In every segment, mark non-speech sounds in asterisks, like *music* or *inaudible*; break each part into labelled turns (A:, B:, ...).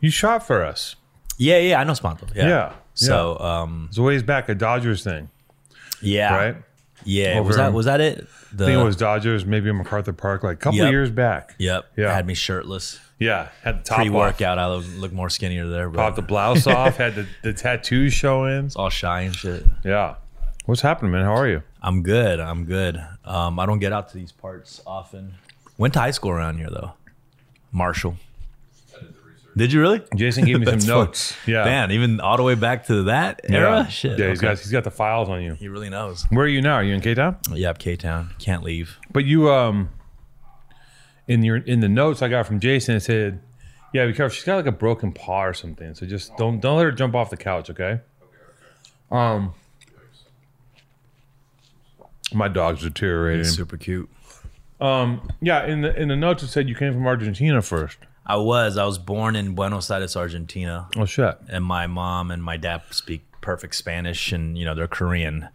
A: You shot for us.
B: Yeah, yeah, I know Sponto. Yeah.
A: Yeah,
B: So, um,
A: It was a ways back, a Dodgers thing,
B: yeah,
A: right?
B: yeah.
A: Over
B: was that
A: in-
B: was that it? The,
A: I think it was Dodgers, maybe MacArthur Park, like a couple
B: Yep.
A: years back.
B: Yep.
A: Yeah.
B: Had me shirtless.
A: Yeah, had the top
B: Pre
A: off,
B: workout, I look, look more skinnier there. But
A: popped the blouse off, had the, the tattoos showing.
B: it's *laughs* all shy and shit.
A: Yeah. What's happening, man? How are you?
B: I'm good. I'm good. Um, I don't get out to these parts often. Went to high school around here though. Marshall. Did
A: *laughs*
B: you really?
A: Jason
B: *laughs*
A: gave me some
B: That's fun.
A: notes. Yeah.
B: Man, even all the way back to that era.
A: Yeah.
B: Shit.
A: Yeah, he's
B: okay.
A: got he's got the files on you.
B: He really knows.
A: Where are you now? Are you in K Town?
B: Yeah, K Town. Can't leave.
A: But you um in your in the notes I got from Jason it said, Yeah, be careful. She's got like a broken paw or something. So just don't don't let her jump off the couch, okay? Um my dog's deteriorating.
B: Super cute.
A: Yeah, in the in the notes it said you came from Argentina first.
B: I was. I was born in Buenos Aires, Argentina.
A: Oh shit.
B: and my mom and my dad speak perfect Spanish, and you know they're Korean,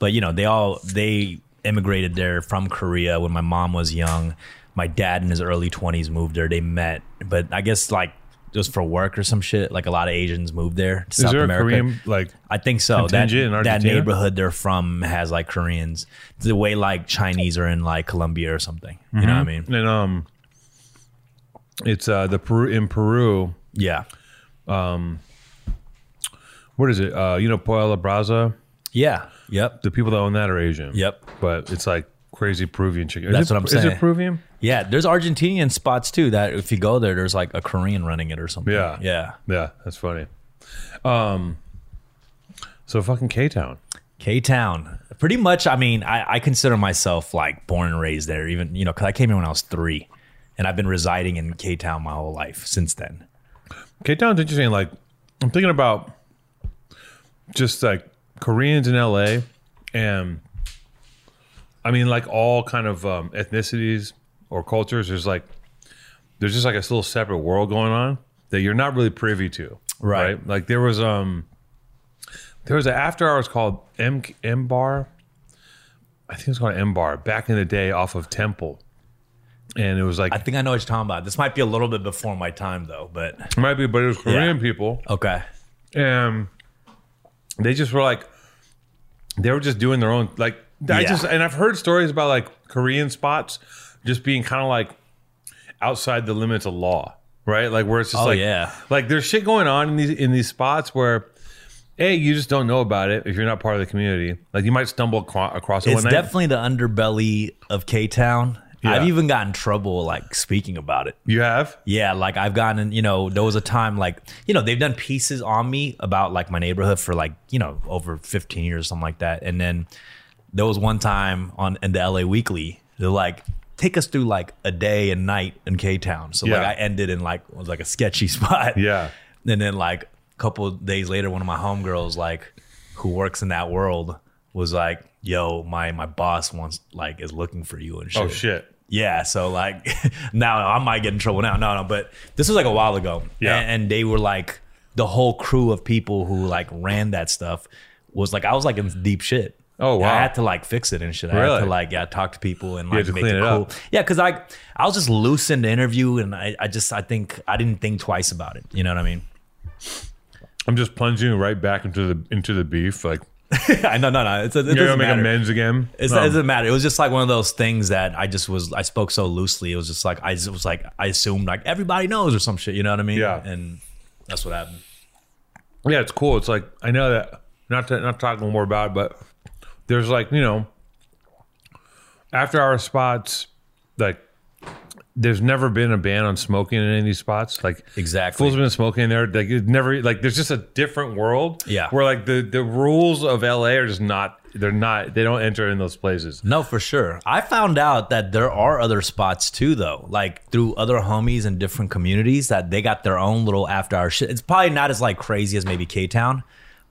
B: but you know they all they immigrated there from Korea when my mom was young. My dad in his early twenties moved there. They met, but I guess like just for work or some shit. Like a lot of Asians moved there. To
A: Is
B: South
A: there
B: America.
A: a Korean like
B: I think so. That,
A: Contingent in
B: that
A: Argentina?
B: neighborhood they're from has like Koreans, the way like Chinese are in like Colombia or something. You know what I mean?
A: and um it's uh the Peru in Peru
B: Yeah,
A: what is it? Uh, you know, Pollo a la Brasa.
B: yeah, yep,
A: The people that own that are Asian.
B: yep.
A: But it's like crazy Peruvian chicken. Is
B: That's
A: it-
B: what I'm
A: Is
B: saying.
A: it Peruvian?
B: Yeah, there's Argentinian spots too that if you go there, there's like a Korean running it or something.
A: Yeah.
B: Yeah.
A: Yeah, that's funny. Um, so fucking K Town.
B: K Town. Pretty much, I mean, I, I consider myself like born and raised there, even, you know, because I came here when I was three and I've been residing in K Town my whole life since then.
A: K Town's interesting. Like, I'm thinking about just like Koreans in LA, and I mean, like all kind of um, ethnicities or cultures. There's like, there's just like a little separate world going on that you're not really privy to,
B: Right.
A: Like there was um, there was an after hours called M M Bar. I think it's called M Bar back in the day off of Temple, and it was like
B: I think I know what you're talking about. This might be a little bit before my time though, but
A: it might be, but it was Korean
B: Yeah.
A: people.
B: okay.
A: and they just were like they were just doing their own like i
B: Yeah.
A: just and i've heard stories about like korean spots just being kind of like outside the limits of law right like where it's just
B: Oh,
A: like
B: yeah.
A: like there's shit going on in these in these spots where a you just don't know about it if you're not part of the community like you might stumble acro- across it
B: It's
A: one night
B: definitely the underbelly of K Town.
A: Yeah.
B: I've even gotten in trouble like speaking about it.
A: you have
B: Yeah, like I've gotten, you know, there was a time like, you know, they've done pieces on me about like my neighborhood for like, you know, over 15 years, something like that. And then there was one time on in the LA Weekly, they're like, take us through like a day and night in K Town. So
A: Yeah.
B: like I ended in like was like a sketchy *laughs* spot.
A: Yeah.
B: And then like a couple of days later, one of my homegirls, like who works in that world, was like, yo, my my boss wants like is looking for you and shit.
A: oh shit
B: Yeah, so like *laughs* now I might get in trouble now. No, no, but this was like a while ago.
A: Yeah.
B: And, and they were like the whole crew of people who like ran that stuff was like I was like in deep shit.
A: Oh, wow.
B: I had to like fix it and shit. I had
A: Really?
B: to like yeah, talk to people and
A: had
B: like
A: to
B: make
A: clean
B: it
A: it
B: cool.
A: up.
B: Yeah, because I I was just loose in the interview and I, I just I think I didn't think twice about it. You know what I mean? *laughs*
A: i'm just plunging right back into the into the beef like
B: I no no no. It's, it
A: you're gonna
B: doesn't
A: make
B: matter.
A: amends again
B: It's,
A: Um,
B: it doesn't matter. It was just like one of those things that I just was. I spoke so loosely. It was just like I just was like I assumed like everybody knows or some shit. You know what I mean?
A: Yeah.
B: And that's what happened.
A: yeah, it's cool. It's like I know that not to, not talking more about, it, but there's like you know, after hour spots, like there's never been a ban on smoking in any of these spots. Like
B: Exactly.
A: fools have been smoking in there. Like it never like there's just a different world.
B: Yeah.
A: where like the the rules of LA are just not. They're not. They don't enter in those places.
B: No, for sure. I found out that there are other spots too, though, like through other homies in different communities that they got their own little after hour shit. It's probably not as like crazy as maybe K Town,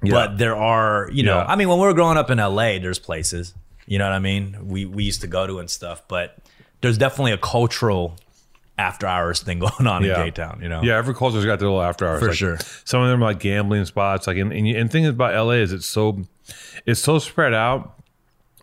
B: but there are, you know,
A: Yeah.
B: I mean, when we were growing up in LA, there's places, you know what I mean? We we used to go to and stuff, but there's definitely a cultural after hours thing *laughs* going on
A: Yeah.
B: in K Town, you know?
A: Yeah, every culture's got their little after hours.
B: For
A: Like,
B: sure.
A: Some of them are like gambling spots. Like and, and, you- and thing is about LA is it's so it's so spread out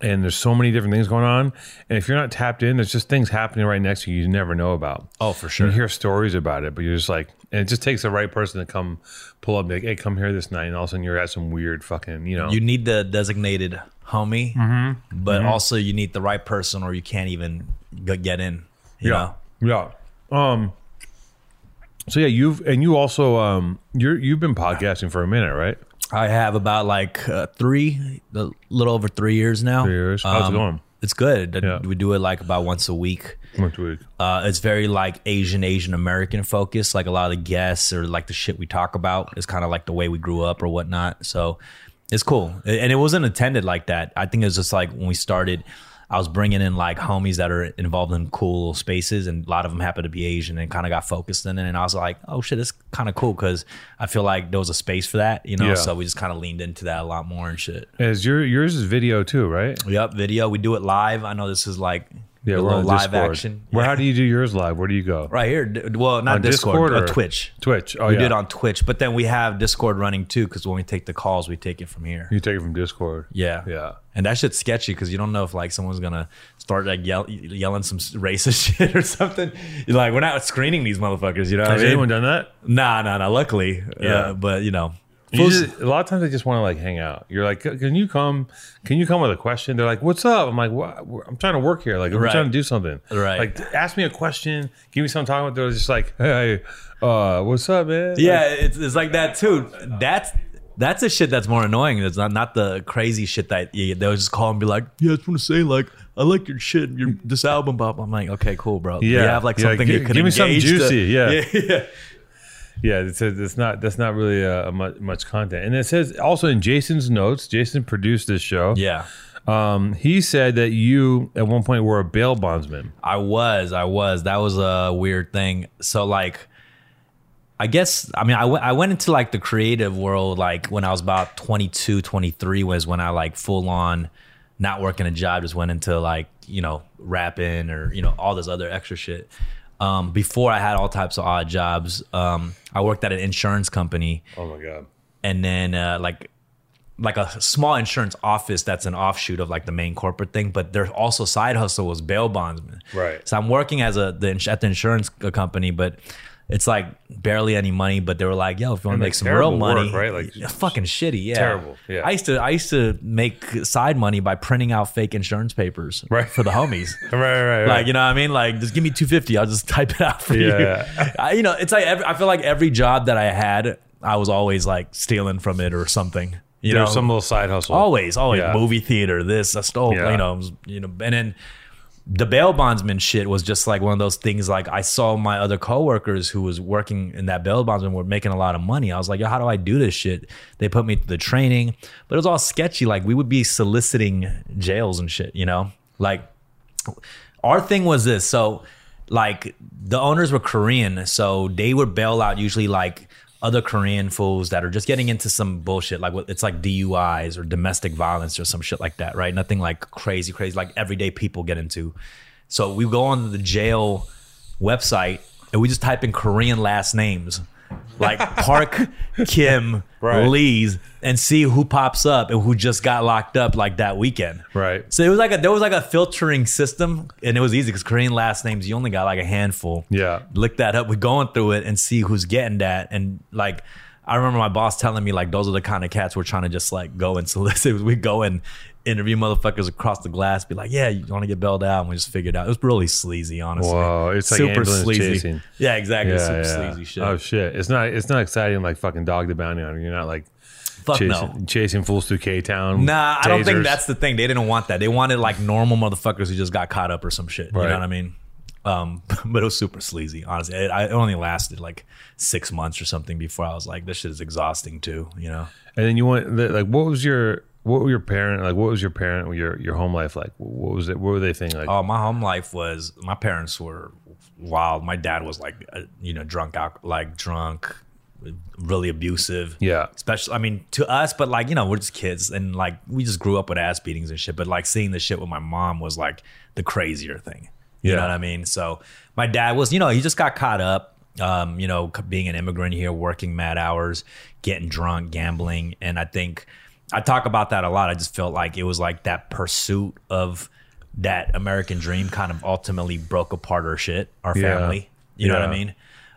A: and there's so many different things going on. And if you're not tapped in, there's just things happening right next to you you never know about.
B: Oh, for sure.
A: You hear stories about it, but you're just like And it just takes the right person to come pull up, and be like, hey, come here this night. And all of a sudden you're at some weird fucking, you know.
B: You need the designated homie,
A: Mm-hmm.
B: but also you need the right person, or you can't even g- get in. You
A: yeah.
B: know?
A: Yeah. Um, so yeah, you've, and you also, um, you're, you've been podcasting for a minute, right?
B: I have about like uh, three, a little over three years now. Um,
A: Three years. How's it going?
B: It's good.
A: Yeah.
B: We do it like about once a week.
A: Once a week.
B: Uh, it's very like Asian, Asian American focused. Like a lot of the guests or like the shit we talk about is kind of like the way we grew up or whatnot. So it's cool. A- And it wasn't intended like that. I think it was just like when we started, I was bringing in like homies that are involved in cool little spaces and a lot of them happen to be Asian and kind of got focused in it. And I was like, oh shit, it's kind of cool because I feel like there was a space for that, you know?
A: Yeah.
B: So we just kind of leaned into that a lot more and shit.
A: Is your, yours is video too, right?
B: Yep, video. We do it live. I know this is like a
A: we're
B: little
A: on
B: live
A: Discord.
B: action.
A: Where, how do you do yours live? Where do you go?
B: Right here. D- Well, not
A: On
B: Discord,
A: Discord
B: uh,
A: or-
B: Twitch.
A: Twitch. Oh,
B: we
A: yeah.
B: did on Twitch, but then we have Discord running too because when we take the calls, we take it from here.
A: you take it from Discord.
B: Yeah,
A: Yeah.
B: And that shit's sketchy because you don't know if like someone's gonna start like yell- yelling some s- racist *laughs* shit or something. You're like, we're not screening these motherfuckers. You know? What I
A: Has
B: mean?
A: anyone done that?
B: Nah, nah, nah. Luckily, yeah.
A: Yeah.
B: but you know,
A: You just- a lot of times they just want to like hang out. You're like, can you come? Can you come with a question? They're like, what's up? I'm like, what? I'm trying to work here. Like, I'm
B: Right.
A: trying to do something.
B: Right.
A: Like, ask me a question. Give me something to talk about. They're just like, hey, uh, what's up, man?
B: yeah, it's, it's like that too. That's that's the shit that's more annoying. That's not not the crazy shit that you, they'll just call and be like, "Yeah, I just want to say like I like your shit, your this album, Bob." I'm like, "Okay, cool, bro. Yeah, you
A: Yeah.
B: have like
A: Yeah,
B: something
A: gi-
B: you could
A: give me something
B: engage the-
A: juicy, yeah.
B: *laughs* yeah, yeah.
A: Yeah, it says it's not that's not really uh, much, much content. And it says also in Jason's notes, Jason produced this show.
B: Yeah.
A: Um, he said that you at one point were a bail bondsman.
B: I was, I was. That was a weird thing. So like, I guess I mean I went I went into like the creative world like when I was about 22, 23 was when I like full on not working a job just went into like, you know, rapping or, you know, all this other extra shit. Um, before I had all types of odd jobs, um, I worked at an insurance company
A: Oh my god.
B: and then uh, like like a small insurance office that's an offshoot of like the main corporate thing, but their also side hustle was bail bondsman.
A: Right.
B: So I'm working as a the, ins- at the insurance c- company, but it's like barely any money. But they were like, "Yo, if you want to
A: like,
B: make some real
A: terrible
B: money,
A: work, right? Like,
B: Yeah, fucking shitty, yeah,
A: terrible, yeah.
B: I used to I used to make side money by printing out fake insurance papers,
A: Right.
B: for the homies.
A: *laughs* Right, right, right.
B: Like you know what I mean? Like just give me 250, I'll just *laughs* type it out for
A: Yeah.
B: you. *laughs* I, you know, it's like every, I feel like every job that I had, I was always like stealing from it or something. You
A: There's
B: know,
A: some little side hustle.
B: always, always
A: Yeah.
B: movie theater. This I stole,
A: Yeah.
B: you know, you know, and then the bail bondsman shit was just like one of those things. Like I saw my other coworkers who was working in that bail bondsman were making a lot of money. I was like, yo, how do I do this shit? They put me through the training, but it was all sketchy. Like we would be soliciting jails and shit, you know, like our thing was this so like the owners were korean so they would bail out usually like other korean fools that are just getting into some bullshit like what- it's like duis or domestic violence or some shit like that right nothing like crazy crazy like everyday people get into so we go on the jail website and we just type in korean last names
A: *laughs*
B: like park kim
A: Right.
B: lee's and see who pops up and who just got locked up like that weekend
A: Right.
B: so it was like a there was like a filtering system, and it was easy because Korean last names you only got like a handful.
A: Yeah.
B: look that up. We're going through it and see who's getting that. And like, I remember my boss telling me like those are the kind of cats we're trying to just like go and *laughs* solicit. We go and interview motherfuckers across the glass, be like, yeah, you want to get bailed out? And we just figured out it was really sleazy, honestly.
A: Wow, it's like ambulance chasing.
B: Yeah, exactly.
A: Yeah,
B: super
A: yeah.
B: sleazy shit.
A: Oh shit! It's not it's not exciting like fucking dog the bounty hunter. You're not like
B: Fuck
A: chasing,
B: no.
A: chasing fools through K Town.
B: Nah, I don't think that's the thing. They didn't want that. They wanted like normal motherfuckers who just got caught up or some shit. You
A: Right.
B: know what I mean? Um, *laughs* but it was super sleazy, honestly. It, I- it only lasted like six months or something before I was like, this shit is exhausting too, you know?
A: And then you went like, what was your what were your parent like? What was your parent your your home life like? What was it? What were they thinking? Like,
B: Oh, my home life was, my parents were wild. My dad was like, uh, you know, drunk, alc- like drunk, really abusive.
A: yeah,
B: Especially, I mean, to us, but like, you know, we're just kids and like we just grew up with ass beatings and shit. But like seeing the shit with my mom was like the crazier thing. You
A: Yeah.
B: know what I mean? So my dad was, you know, he just got caught up, um, you know, c- being an immigrant here, working mad hours, getting drunk, gambling. And I think I talk about that a lot. I just felt like it was like that pursuit of that American dream kind of ultimately broke apart our shit, our
A: Yeah.
B: family. You know what I
A: Yeah.
B: mean?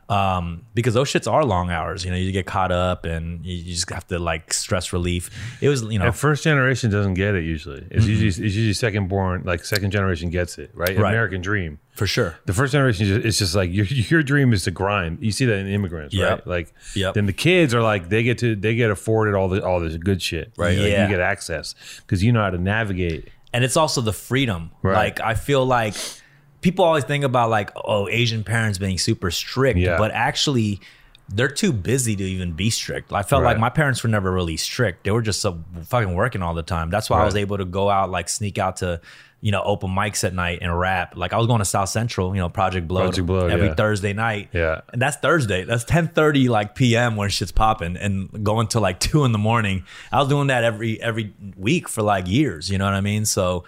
B: um, because those shits are long hours. You know, you get caught up and you you just have to like stress relief. It was, you know,
A: And first generation doesn't get it usually. It's usually it's usually second born, like second generation gets it, right?
B: Mm-hmm. Right.
A: American dream.
B: for sure.
A: The first generation is just, it's just like your *laughs* your dream is to grind. You see that in immigrants,
B: Yep.
A: right? Like
B: Yep.
A: then the kids are like they get to they get afforded all the all this good shit, right? Like,
B: Yeah.
A: you get access because you know how to navigate.
B: and it's also the freedom.
A: Right.
B: Like I feel like people always think about like oh Asian parents being super strict,
A: Yeah.
B: but actually they're too busy to even be strict. I felt like
A: Right.
B: my parents were never really strict. They were just so fucking working all the time. That's why I was
A: Right.
B: able to go out like sneak out to you know open mics at night and rap. Like I was going to South Central, you know Project Blow,
A: Project Blow,
B: every
A: yeah.
B: Thursday night.
A: Yeah.
B: And that's Thursday. That's 10:30 like p.m. when shit's popping and going till like *laughs* 2 in the morning. I was doing that every every week for like years, you know what I mean? So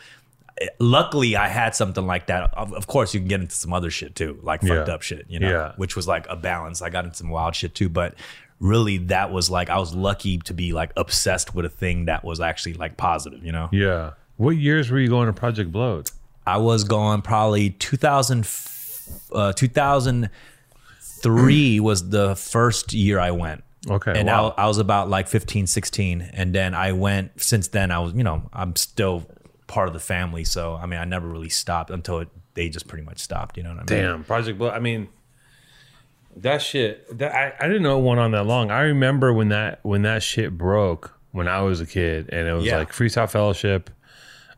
B: eh, luckily I had something like that. Of, of course you can get into some other shit too, like fucked
A: Yeah.
B: up shit, you know,
A: Yeah.
B: which was like a balance. I got into some wild shit too, but really that was like I was lucky to be like obsessed with a thing that was actually like positive, you know.
A: Yeah. What years were you going to Project Bloat?
B: I was going probably 2000, f- uh, 2003 was the first year I went.
A: Okay.
B: And
A: wow.
B: I, I was about like 15, 16. And then I went, since then, I was, you know, I'm still part of the family. So, I mean, I never really stopped until it, they just pretty much stopped. You know what I mean?
A: Damn, Project Blow. I mean, that shit. That I, I didn't know it went on that long. I remember when that when that shit broke when I was a kid, and it was
B: Yeah.
A: like Freestyle Fellowship,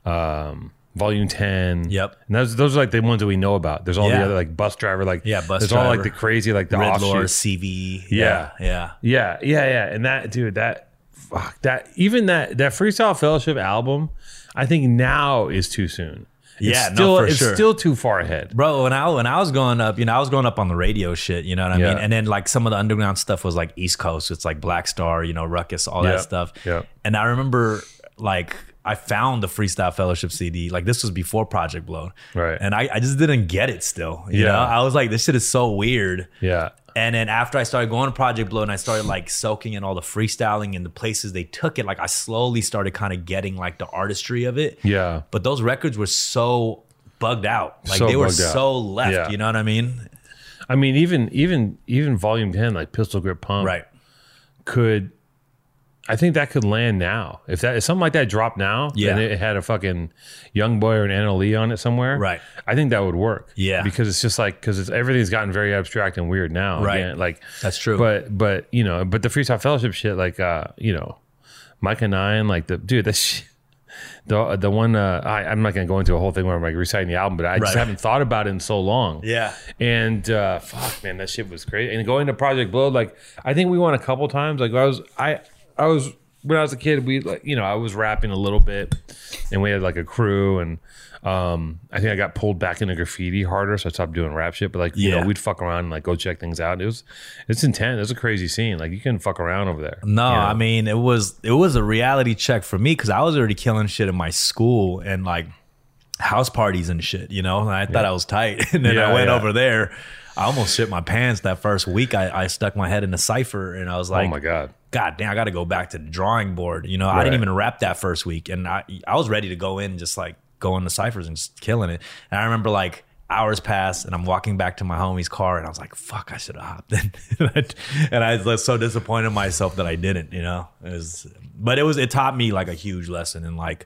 A: um, Volume Ten.
B: Yep.
A: And those those are like the ones that we know about. There's all
B: Yeah.
A: the other like Bus Driver, like
B: Yeah, Bus
A: There's all like
B: Driver.
A: the crazy like the
B: Red Lord,
A: offshoots.
B: CV.
A: Yeah.
B: Yeah.
A: Yeah, yeah, yeah. And that dude, that fuck that even that that Freestyle Fellowship album, I think now is too soon. It's
B: Yeah, no,
A: still,
B: for
A: it's
B: sure.
A: still too far ahead.
B: Bro, when I when I was growing up, you know, I was growing up on the radio shit, you know what I
A: Yeah.
B: mean? And then like some of the underground stuff was like East Coast, it's like Black Star, you know, Ruckus, all
A: Yeah.
B: that stuff.
A: Yeah.
B: And I remember like I found the Freestyle Fellowship CD. Like this was before Project Blown.
A: Right.
B: And I, I just didn't get it still. You
A: Yeah.
B: know, I was like, this shit is so weird.
A: Yeah.
B: And then after I started going to Project Blow and I started like soaking in all the freestyling and the places they took it, like I slowly started kind of getting like the artistry of it.
A: Yeah.
B: But those records were so bugged out. Like
A: So
B: they were
A: bugged out.
B: so left.
A: Yeah.
B: You know what I mean?
A: I mean, even even even Volume Ten, like Pistol Grip Pump,
B: Right.
A: Could I think that could land now if that if something like that dropped now?
B: Yeah.
A: and it had a fucking young boy or an NLE on it somewhere,
B: Right.
A: I think that would work.
B: Yeah.
A: because it's just like because it's everything's gotten very abstract and weird now.
B: Right.
A: like
B: That's true.
A: But but you know, but the freestyle fellowship shit, like uh, you know, Micah Nine, like the dude, that shit. The, the one uh, I, I'm not gonna go into a whole thing where I'm like reciting the album, but I just
B: Right.
A: haven't thought about it in so long.
B: Yeah.
A: And uh, fuck, man, that shit was great. And going to Project Blow, like I think we won a couple times. Like I was, I, I was when I was a kid, we like you know I was rapping a little bit, and we had like a crew, and um, I think I got pulled back into graffiti harder, so I stopped doing rap shit. But like you
B: Yeah.
A: know, we'd fuck around and like go check things out. It was, it's intense. It was a crazy scene. Like you couldn't fuck around over there.
B: No,
A: you know?
B: I mean it was it was a reality check for me because I was already killing shit in my school and like house parties and shit, you know. And I thought I was tight, *laughs* and then
A: Yeah,
B: I went
A: yeah.
B: over there. I almost shit my pants that first week. I, I stuck my head in a cipher, and I was
A: oh
B: like,
A: my god,
B: God damn, I got to go back to the drawing board. You know, I didn't
A: Right.
B: even rap that first week, and I I was ready to go in and just like going to ciphers and just killing it. And I remember like hours passed, and I'm walking back to my homie's car, and I was like, "Fuck, I should have hopped in." *laughs* and, I, and I was so disappointed in myself that I didn't. You know, it was, but it was it taught me like a huge lesson in like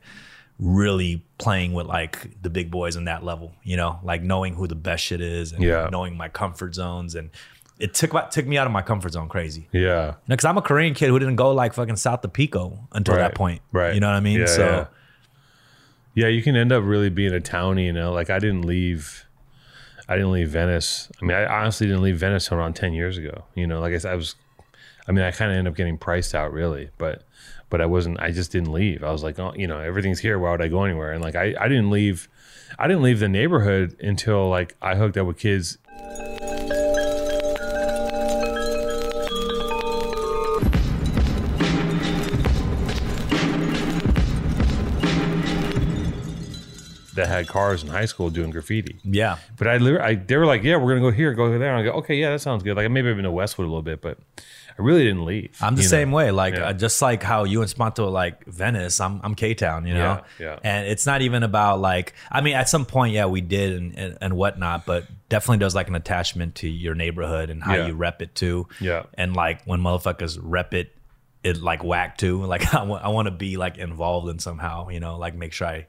B: really playing with like the big boys on that level. You know, like knowing who the best shit is, and
A: Yeah.
B: knowing my comfort zones and. It took took me out of my comfort zone crazy
A: yeah,
B: because I'm a Korean kid who didn't go like fucking south to Pico until
A: Right,
B: that point.
A: right.
B: You know what I mean?
A: Yeah,
B: so
A: yeah. Yeah, you can end up really being a townie, you know. Like I didn't leave I didn't leave Venice. I mean, I honestly didn't leave Venice till around ten years ago. You know, like I said, I was I mean, I kinda ended up getting priced out really, but but I wasn't I just didn't leave. I was like, oh, you know, everything's here, why would I go anywhere? And like I, I didn't leave I didn't leave the neighborhood until like I hooked up with kids. That had cars in high school doing graffiti.
B: yeah.
A: But I, literally- I, they were like, yeah, we're gonna go here, go there. And I go, okay, yeah, that sounds good. Like maybe I've been to Westwood a little bit, but I really didn't leave.
B: I'm the
A: you know?
B: same way. Like
A: Yeah.
B: uh, just like how you and Spanto like Venice, I'm I'm K Town, you know.
A: Yeah, yeah.
B: And it's not even about like I mean, at some point, yeah, we did and and, and whatnot, but definitely there's like an attachment to your neighborhood and how
A: Yeah.
B: you rep it too.
A: Yeah.
B: And like when motherfuckers rep it, it like whack too. *laughs* Like I want to be like involved in somehow, you know, like make sure I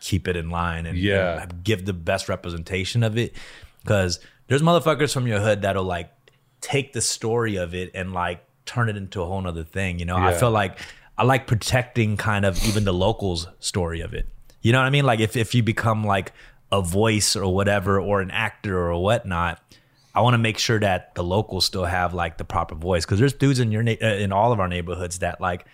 B: keep it in line and
A: Yeah.
B: and give the best representation of it. Because there's motherfuckers from your hood that'll like take the story of it and like turn it into a whole nother thing. You know, I
A: Yeah.
B: feel like I like protecting kind of even the locals' story of it. You know what I mean? Like if if you become like a voice or whatever or an actor or whatnot. I want to make sure that the locals still have like the proper voice because there's dudes in your na- uh, in all of our neighborhoods that like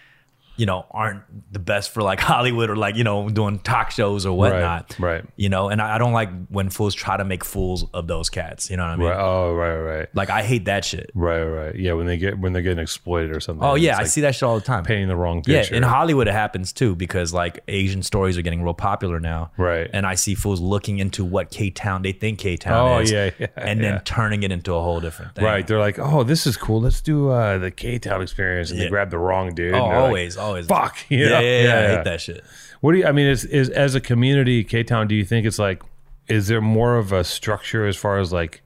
B: you know aren't the best for like *laughs* Hollywood or like you know doing talk shows or whatnot.
A: right.
B: You know, and I, I don't like when fools try to make fools of those cats. You know what I mean?
A: Right. Oh, right, right,
B: Like I hate that shit.
A: right, right. Yeah, when they get when they're getting exploited or something.
B: Oh yeah, I
A: it's like
B: see that shit all the time.
A: painting the wrong
B: yeah,
A: picture.
B: in Hollywood it happens too because like Asian stories are getting real popular now.
A: Right.
B: And I see fools looking into what K Town they think K Town
A: Oh,
B: is.
A: yeah, yeah,
B: and then turning it into a whole different
A: *laughs*
B: thing.
A: Right, they're like, "Oh, this is cool. Let's do uh, the K Town experience," and
B: Yeah.
A: they grab the wrong dude.
B: Oh,
A: and they're like,
B: always, always.
A: Fuck, *laughs* you
B: Yeah,
A: know?
B: yeah, yeah, I
A: Yeah.
B: hate that shit.
A: What do you? I mean, is is as a community, K Town? Do you think it's like, is there more of a structure as far as like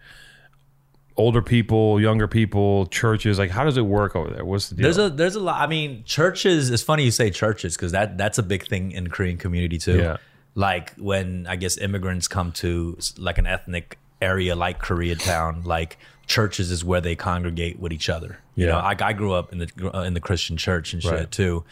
A: older people, younger people, churches? Like, how does it work over there? What's the deal?
B: There's a there's a lot. I mean, churches. It's funny you say churches because that that's a big thing in Korean community too.
A: Yeah.
B: Like when I guess immigrants come to s- like an ethnic area like Koreatown, like churches is where they congregate with each other. You
A: Yeah.
B: know, I, I grew up in the uh, in the Christian church and shit
A: Right.
B: too,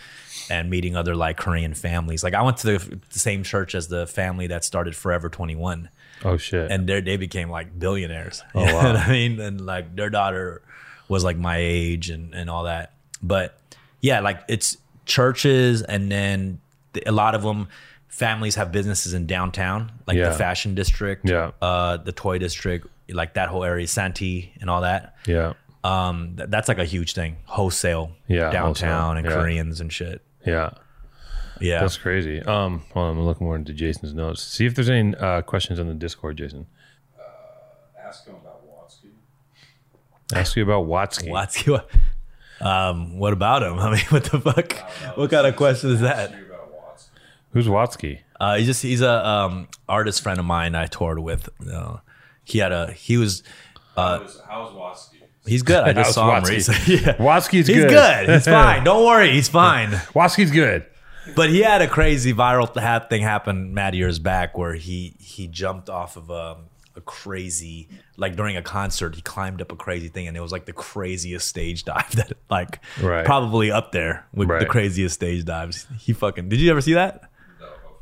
B: and meeting other like Korean families. Like I went to the, the same church as the family that started Forever Twenty One
A: oh shit.
B: and their they became like billionaires.
A: Oh,
B: *laughs* you know what I mean? And like their daughter was like my age and and all that. But yeah, like it's churches and then th- a lot of them families have businesses in downtown, like
A: Yeah.
B: the fashion district,
A: Yeah.
B: uh the toy district, like that whole area, Santee and all that.
A: yeah,
B: Um th- that's like a huge thing. Wholesale
A: Yeah,
B: downtown
A: wholesale.
B: and
A: Yeah.
B: Koreans and shit.
A: yeah.
B: Yeah.
A: That's crazy. Um, hold on, I'm looking more into Jason's notes. See if there's any uh, questions on the Discord, Jason.
C: Uh, Ask him about Watsky.
A: Ask you about Watsky.
B: *laughs* What's um what about him? I mean, *laughs* what the fuck? What kind of question is that?
C: Ask you about Watsky.
A: Who's Watsky?
B: Uh, he's just he's a um, artist friend of mine I toured with. Uh, he had a he was
C: How is- how's Watsky?
B: he's good. *laughs* I just
A: was
B: saw him
A: Watsky.
B: recently. *laughs* yeah.
A: Watsky's
B: He's
A: good.
B: good. *laughs* He's fine. Don't worry. He's fine.
A: Watsky's good.
B: But he had a crazy viral th- ha- thing happen mad years back where he he jumped off of a, a crazy like during a concert he climbed up a crazy thing and it was like the craziest stage *laughs* dive that like
A: Right.
B: probably up there with the
A: Right.
B: craziest stage dives. He fucking did you ever see that?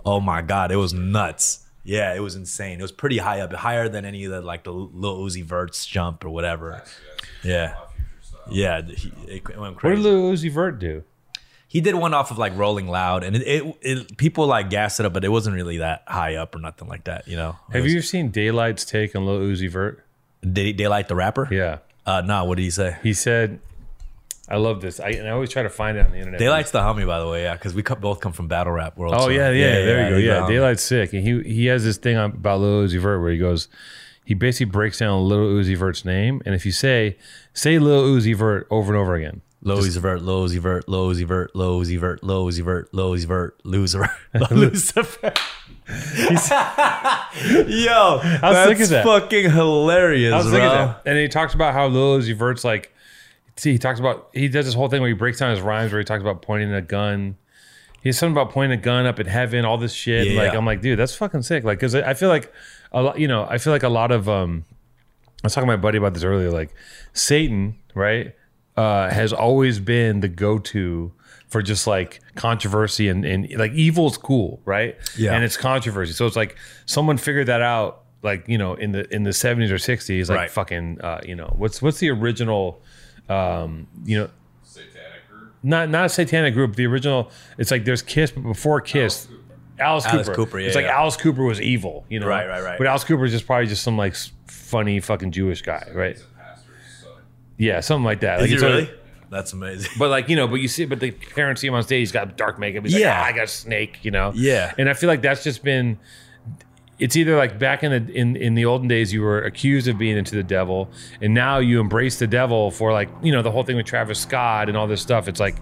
B: Oh my god, it was nuts. Yeah, it was insane. It was pretty high up, higher than any of the like the Lil Uzi Vert's jump or whatever. Yeah, yeah, he, it, it went
A: What did
B: crazy.
A: Lil Uzi Vert do?
B: He did one off of like Rolling Loud, and it, it, it people like gassed it up, but it wasn't really that high up or nothing like that. You know, It
A: Have
B: was-
A: you seen Daylight's take on Lil Uzi Vert?
B: Did Daylight the rapper?
A: Yeah,
B: Uh, no, what did he say?
A: he said, "I love this." I, and I always try to find it on the internet.
B: Daylight's the homie, by the way. Yeah, because we co- both come from battle rap world.
A: Oh
B: so-
A: yeah, yeah, There you go.
B: he's the
A: Yeah,
B: homie.
A: Daylight's sick, and he he has this thing on, about Lil Uzi Vert where he goes, he basically breaks down Lil Uzi Vert's name, and if you say say Lil Uzi Vert over and over again,
B: Low Uzi Vert, Low Uzi Vert, Low Uzi Vert, Low Uzi Vert, Low Uzi Vert, Low Uzi Vert,
A: *laughs*
B: Loser, Lucifer. *laughs* Yo, how that's
A: sick is that?
B: fucking hilarious,
A: I was
B: bro.
A: thinking that. And he talks about how Lil Uzi Vert's like, see, he talks about, he does this whole thing where he breaks down his rhymes where he talks about pointing a gun. He has something about pointing a gun up at heaven, all this shit.
B: Yeah.
A: Like, I'm like, dude, that's fucking sick. Like, cause I I feel like a lot, you know, I feel like a lot of, um, I was talking to my buddy about this earlier. Like, Satan, right, uh, has always been the go to for just like controversy and, and like evil's cool, right?
B: Yeah.
A: And it's controversy. So it's like someone figured that out, like, you know, in the in the 70s or 60s, like
B: Right.
A: fucking, uh, you know, what's what's the original, um, you know,
C: Satanic group?
A: not not a satanic group. The original, it's like there's Kiss, but before Kiss, Alice Cooper.
B: Alice Cooper, yeah,
A: it's like
B: yeah.
A: Alice Cooper was evil, you know.
B: Right, right, right.
A: But Alice Cooper is just probably just some like s- funny fucking Jewish guy, right?
C: The pastor's son.
A: Yeah, something like that. Like,
B: Is
A: it's
B: it
A: like-
B: really? That's amazing.
A: *laughs* But like you know, but you see, but the parents see him on stage. He's got dark makeup. He's
B: Yeah.
A: like, ah, I got a snake. You know.
B: Yeah.
A: And I feel like that's just been it's either like back in the in, in the olden days you were accused of being into the devil and now you embrace the devil for like you know the whole thing with travis scott and all this stuff it's like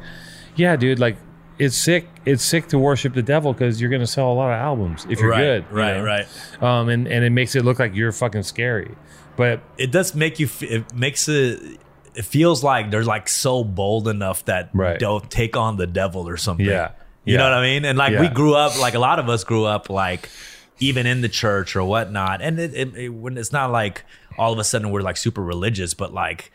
A: yeah dude like it's sick it's sick to worship the devil because you're gonna sell a lot of albums if you're
B: right,
A: good you
B: right,
A: know?
B: right.
A: um and and it makes it look like you're fucking scary but
B: It does make you. f- It makes it. It feels like they're like so bold enough that
A: Right.
B: they'll take on the devil or something.
A: Yeah.
B: you know
A: Yeah.
B: what I mean. And like we
A: Yeah.
B: grew up, like a lot of us grew up, like even in the church or whatnot. And it, it, it when it's not like all of a sudden we're like super religious, but like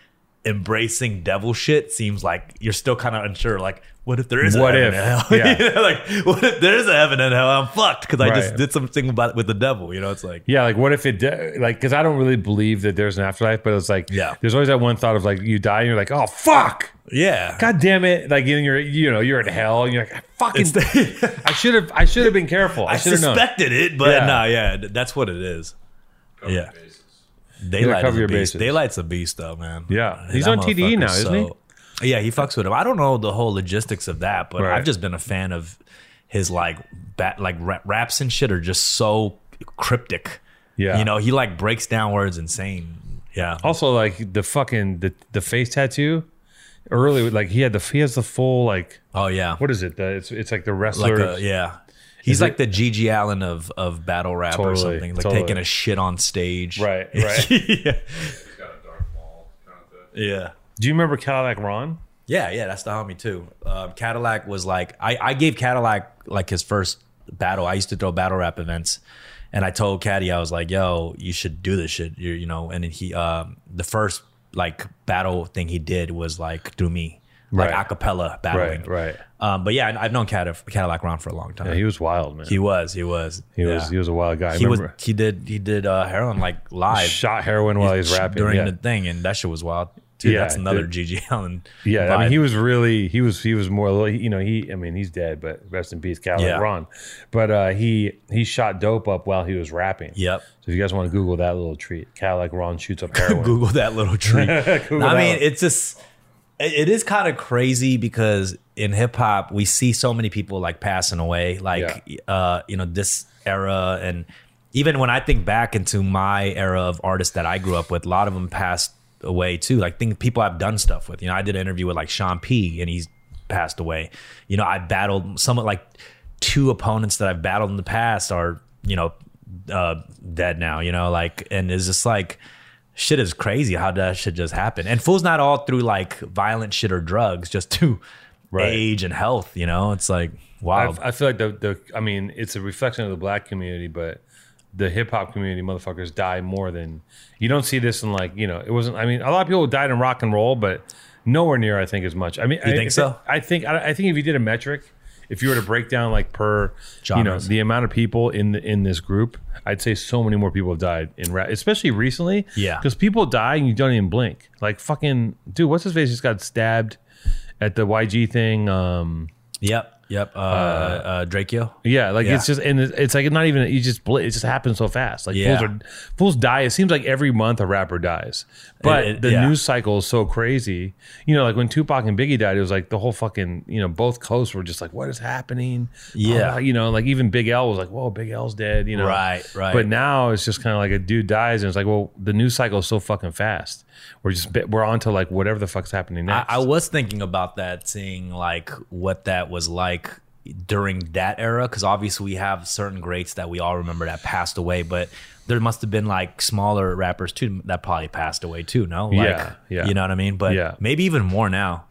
B: embracing devil shit seems like you're still kind of unsure. Like, what if there is
A: What
B: a heaven
A: if?
B: and hell? *laughs*
A: Yeah.
B: You know, like, what if there is a heaven and hell? I'm fucked because I just
A: Right.
B: did something about with the devil. You know, it's like
A: Yeah, like what if it de- like because I don't really believe that there's an afterlife, but it's like
B: Yeah.
A: there's always that one thought of like you die and you're like oh fuck,
B: yeah.
A: god damn it, like and you're you know you're in hell and you're like I fucking
B: It's *laughs* the-
A: I should have I should have been careful I,
B: I
A: should have known
B: suspected it, but
A: Yeah.
B: no, yeah, th- that's what it is.
C: Cover
B: Yeah.
C: bases.
B: Daylight
A: cover
B: is a
A: your
B: beast.
A: bases.
B: Daylight's a beast, though, man.
A: Yeah.
B: That
A: He's on TDE now,
B: motherfucker's
A: isn't he?
B: Yeah, he fucks with him. I don't know the whole logistics of that, but
A: Right.
B: I've just been a fan of his like bat, like ra- raps and shit are just so cryptic.
A: Yeah. Oh,
B: you know, he like breaks down words insane. Yeah,
A: also like the fucking the, the face tattoo early like he had the he has the full like
B: oh yeah,
A: what is it the, it's it's like the
B: like
A: wrestler
B: a, yeah. He's
A: Is
B: like
A: it-
B: the Gigi Allen of of battle rap or
A: Totally,
B: something, like
A: totally.
B: taking a shit on stage. *laughs*
A: right right
B: yeah.
C: He's got a dark wall kind of thing.
B: yeah.
A: do you remember Cadillac Ron
B: Yeah, yeah, that's the homie too. Um, Cadillac was like I, I gave Cadillac like his first battle. I used to throw battle rap events, and I told Caddy I was like, "Yo, you should do this shit." You, you know, and then he um, the first like battle thing he did was like through me, like
A: Right.
B: acapella battling.
A: right right
B: Um, but yeah, I- I've known Cadi- Cadillac Ron for a long time.
A: yeah,
B: he,
A: he was wild man he,
B: was, he was, yeah.
A: was he was a wild guy I
B: he was,
A: remember
B: he did, he did uh, heroin like live
A: shot heroin while he was rapping
B: during
A: yeah.
B: the thing, and that shit was wild. Dude,
A: Yeah,
B: that's another
A: dude.
B: GG Allen.
A: Yeah, I
B: vibe.
A: mean, he was really he was he was more you know he I mean he's dead, but rest in peace, Cadillac
B: Yeah.
A: Ron. But uh, he he shot dope up while he was rapping.
B: Yep.
A: So if you guys want to Google that little treat, Cadillac Ron shoots up heroin.
B: *laughs* Google that little
A: *laughs*
B: tree.
A: Google
B: I
A: that
B: mean,
A: one.
B: it's just it it is kind of crazy because in hip hop we see so many people like passing away, like uh, you know this era, and even when I think back into my era of artists that I grew up with, a lot of them passed away too. Like think people I've done stuff with. You know, I did an interview with like Sean P, and he's passed away. You know, I battled someone like two opponents that I've battled in the past are you know uh, dead now. You know, like and it's just like shit is crazy how that shit just happened. And fool's not all through like violent shit or drugs, just to
A: Right.
B: age and health, you know? It's like
A: I,
B: wow.
A: I feel like the the I mean it's a reflection of the black community, but the hip hop community motherfuckers die more than you don't see this in like you know it wasn't. I mean, a lot of people died in rock and roll, but nowhere near I think as much. I mean, you I,
B: think so?
A: I think I, I think if you did a metric. If you were to break down like per, you know,
B: Genres.
A: the amount of people in the, in this group, I'd say so many more people have died in rap, especially recently.
B: Yeah.
A: because people die and you don't even blink. Like fucking dude, what's his face just got stabbed at the YG thing. Um,
B: yep. Yep. Uh, uh, Drakeo.
A: yeah, like it's
B: Yeah.
A: just and it's, it's like not even you just bl- it just happens so fast. Like
B: Yeah.
A: fools are fools die. It seems like every month a rapper dies, but
B: it-
A: the
B: yeah.
A: news cycle is so crazy. You know, like when Tupac and Biggie died, it was like the whole fucking you know both coasts were just like, what is happening?
B: Yeah.
A: Oh, you know, like even Big L was like, whoa, Big L's dead. You know,
B: Right, right.
A: But now it's just kind of like a dude dies and it's like, well, the news cycle is so fucking fast. We're just we're on to like whatever the fuck's happening
B: I,
A: next.
B: I was thinking about that, seeing like what that was like during that era, because obviously we have certain greats that we all remember that passed away, but there must have been like smaller rappers too that probably passed away too. No, like,
A: Yeah, yeah.
B: You know what I mean? But
A: Yeah.
B: maybe even more now.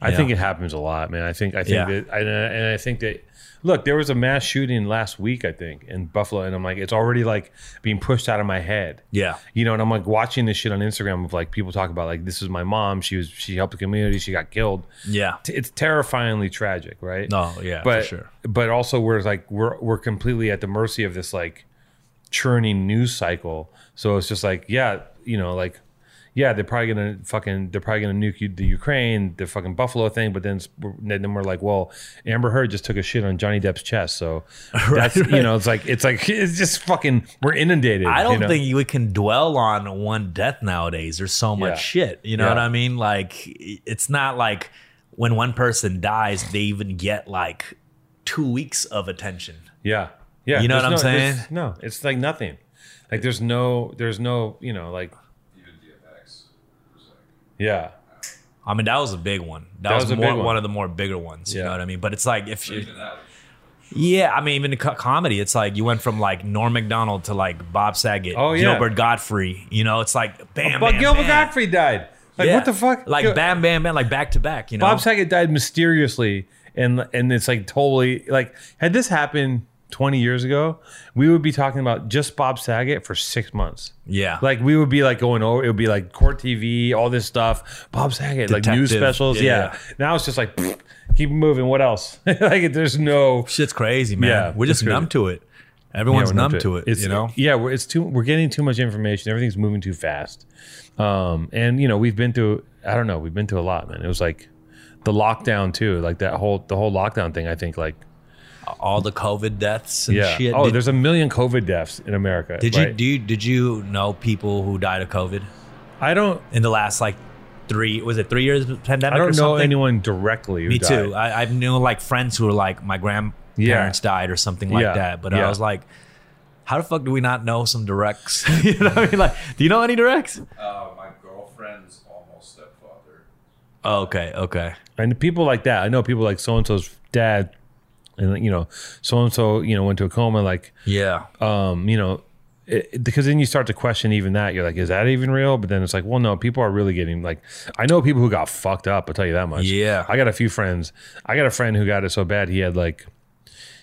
A: I
B: Yeah.
A: think it happens a lot, man. I think I think
B: Yeah.
A: that I, and I think that look, there was a mass shooting last week, I think, in Buffalo, and I'm like, it's already like being pushed out of my head.
B: Yeah.
A: You know, and I'm like watching this shit on Instagram of like people talk about like this is my mom. She was she helped the community. She got killed.
B: Yeah.
A: T- It's terrifyingly tragic, right?
B: No, yeah, for
A: but
B: sure.
A: but also we're like we're we're completely at the mercy of this like churning news cycle. So it's just like, yeah, you know, like, yeah, they're probably gonna fucking, they're probably gonna nuke you, the Ukraine, the fucking Buffalo thing. But then, it's- we're- then we're like, well, Amber Heard just took a shit on Johnny Depp's chest,
B: *laughs*
A: so that's you know, it's like, it's like, it's just fucking, we're inundated.
B: I don't
A: you know?
B: think we can dwell on one death nowadays. There's so much
A: Yeah.
B: shit. You know
A: Yeah.
B: what I mean? Like, it's not like when one person dies, they even get like two weeks of attention.
A: yeah, Yeah,
B: You know what
A: there's
B: I'm
A: no-
B: saying?
A: there's- No, it's like nothing. Like there's no, there's no, you know, like
C: Even DMX was like,
A: yeah,
B: I mean, that was a big one. That,
A: That
B: was,
A: was a
B: more,
A: big one.
B: of the more bigger ones. You
A: Yeah.
B: know what I mean? But it's like if you,
C: even that was
B: yeah, I mean, even in co- comedy, it's like you went from like Norm Macdonald to like Bob Saget,
A: Oh, yeah.
B: Gilbert Godfrey. You know, it's like bam,
A: but
B: bam,
A: Gilbert
B: bam.
A: Godfrey died. Like
B: Yeah.
A: what the fuck?
B: Like
A: Gil-
B: bam, bam, bam, like back to back. You know,
A: Bob Saget died mysteriously, and and it's like totally like had this happened 20 years ago, we would be talking about just Bob Saget for six months.
B: yeah,
A: Like we would be like going over, it would be like court TV, all this stuff. Bob Saget, like news
B: Detective.
A: specials.
B: Yeah.
A: Yeah. Now it's just like *laughs* pfft, keep moving. What else? *laughs* like there's no.
B: shit's crazy, man.
A: Yeah,
B: we're just
A: it's crazy.
B: numb to it. Everyone's
A: we're not
B: numb
A: fit.
B: to it.
A: It's,
B: you know,
A: yeah, we're, it's too. We're getting too much information. Everything's moving too fast. Um, and you know, we've been through. I don't know. We've been through a lot, man. It was like the lockdown too. Like that whole the whole lockdown thing. I think like
B: all the COVID deaths and
A: yeah.
B: shit.
A: oh,
B: did
A: there's a million COVID deaths in America.
B: did you
A: right?
B: do? you- Did you know people who died of COVID
A: I don't.
B: in the last like three? Was it three years of pandemic?
A: I
B: or
A: don't know
B: something?
A: anyone directly. Who
B: Me
A: died.
B: too. I, I knew like friends who were like my grandparents died or something like
A: Yeah.
B: that. But I
A: Yeah.
B: was like, how the fuck do we not know
A: *laughs*
B: some directs? you know what I mean? Like, do you know any directs?
C: uh, my girlfriend's almost stepfather.
B: Oh, okay, okay.
A: and people like that. I know people like so and so's dad, and you know, so and so, you know, went to a coma. Like,
B: Yeah.
A: um, you know, it, it- because then you start to question even that. You're like, is that even real? But then it's like, well, no, people are really getting like, I know people who got fucked up. I'll tell you that much.
B: Yeah.
A: I got a few friends. I got a friend who got it so bad he had like,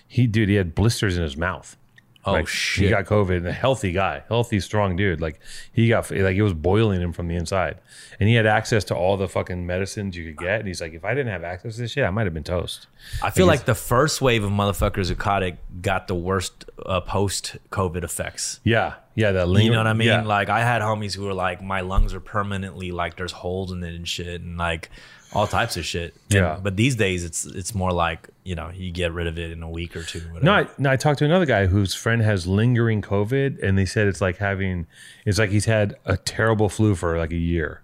A: he dude, he had blisters in his mouth.
B: Oh,
A: Like,
B: shit.
A: He got COVID. And a healthy guy, healthy, strong dude. Like he got like it was boiling him from the inside, and he had access to all the fucking medicines you could get. And he's like, if I didn't have access to this shit, I might have been toast.
B: I feel like the first wave of motherfuckers who caught it got the worst uh, post COVID effects.
A: Yeah, yeah, that.
B: You
A: linger-
B: know what I mean?
A: Yeah.
B: Like I had homies who were like, my lungs are permanently like there's holes in it and shit, and like all types of shit. And-
A: Yeah.
B: but these days it's it's more like you know you get rid of it in a week or two. Whatever.
A: No, I, no, I talked to another guy whose friend has lingering COVID, and they said it's like having, it's like he's had a terrible flu for like a year.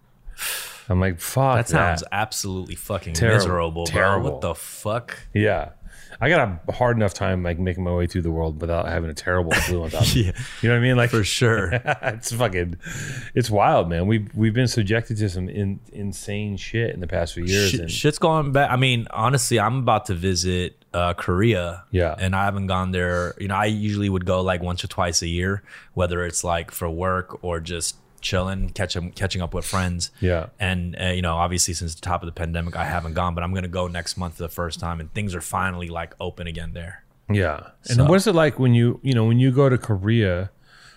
A: I'm like, fuck.
B: That sounds absolutely fucking
A: Terrible.
B: miserable, bro. What
A: Terrible.
B: the fuck?
A: Yeah. I got a hard enough time like making my way through the world without having a terrible flu on top.
B: *laughs*
A: of it.
B: Yeah,
A: You know what I mean? Like
B: for sure.
A: *laughs* it's fucking, it's wild, man. We've we've been subjected to some in, insane shit in the past few years.
B: Shit,
A: and
B: shit's going back. I mean, honestly, I'm about to visit uh, Korea.
A: Yeah.
B: and I haven't gone there. You know, I usually would go like once or twice a year, whether it's like for work or just chilling, catching catching up with friends.
A: Yeah.
B: and uh, you know, obviously since the top of the pandemic, I haven't gone, but I'm gonna go next month for the first time, and things are finally like open again there.
A: Yeah. And
B: So-
A: what is it like when you you know when you go to Korea?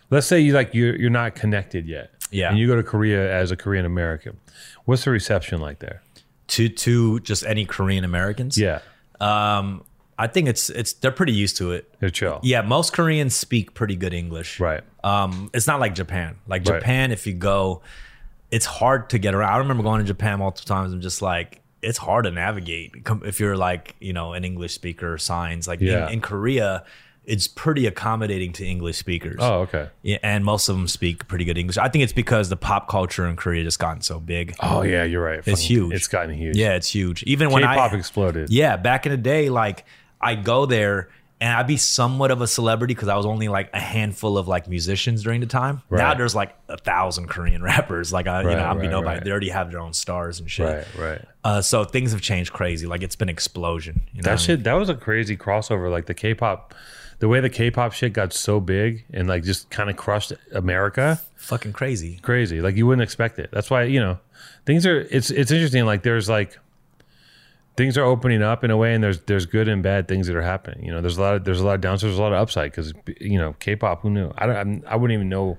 A: Let's say you like you're you're not connected yet.
B: Yeah.
A: And you go to Korea as a Korean American. What's the reception like there?
B: To to just any Korean Americans.
A: Yeah.
B: um, I think it's it's they're pretty used to it.
A: They're chill.
B: Yeah, most Koreans speak pretty good English.
A: Right.
B: Um, it's not like Japan. Like
A: Right.
B: Japan, if you go, it's hard to get around. I remember going to Japan multiple times. I'm just like, it's hard to navigate com- if you're like, you know, an English speaker or signs. Like in-
A: Yeah.
B: in, Korea, it's pretty accommodating to English speakers.
A: Oh, okay.
B: Yeah, and most of them speak pretty good English. I think it's because the pop culture in Korea just gotten so big.
A: Oh yeah, you're right. Fucking-
B: huge.
A: It's gotten huge.
B: Yeah, it's huge. Even when
A: K-pop
B: I,
A: exploded.
B: yeah, back in the day, like I'd go there and I'd be somewhat of a celebrity because I was only like a handful of like musicians during the time. Now
A: Right.
B: there's like a thousand Korean *laughs* rappers. Like I, you
A: Right,
B: know, I'd be
A: right,
B: nobody.
A: right.
B: They already have their own stars and shit.
A: Right. Right.
B: Uh, so things have changed crazy. Like it's been explosion. You know
A: That
B: what I mean?
A: shit. That was a crazy crossover. Like the K-pop, the way the K-pop shit got so big and like just kind of crushed America.
B: fucking crazy.
A: crazy. Like you wouldn't expect it. That's why you know things are. It's it's interesting. Like there's like things are opening up in a way, and there's there's good and bad things that are happening. You know, there's a lot of there's a lot of downsides, there's a lot of upside because you know K-pop. Who knew? I don't. I'm, I wouldn't even know.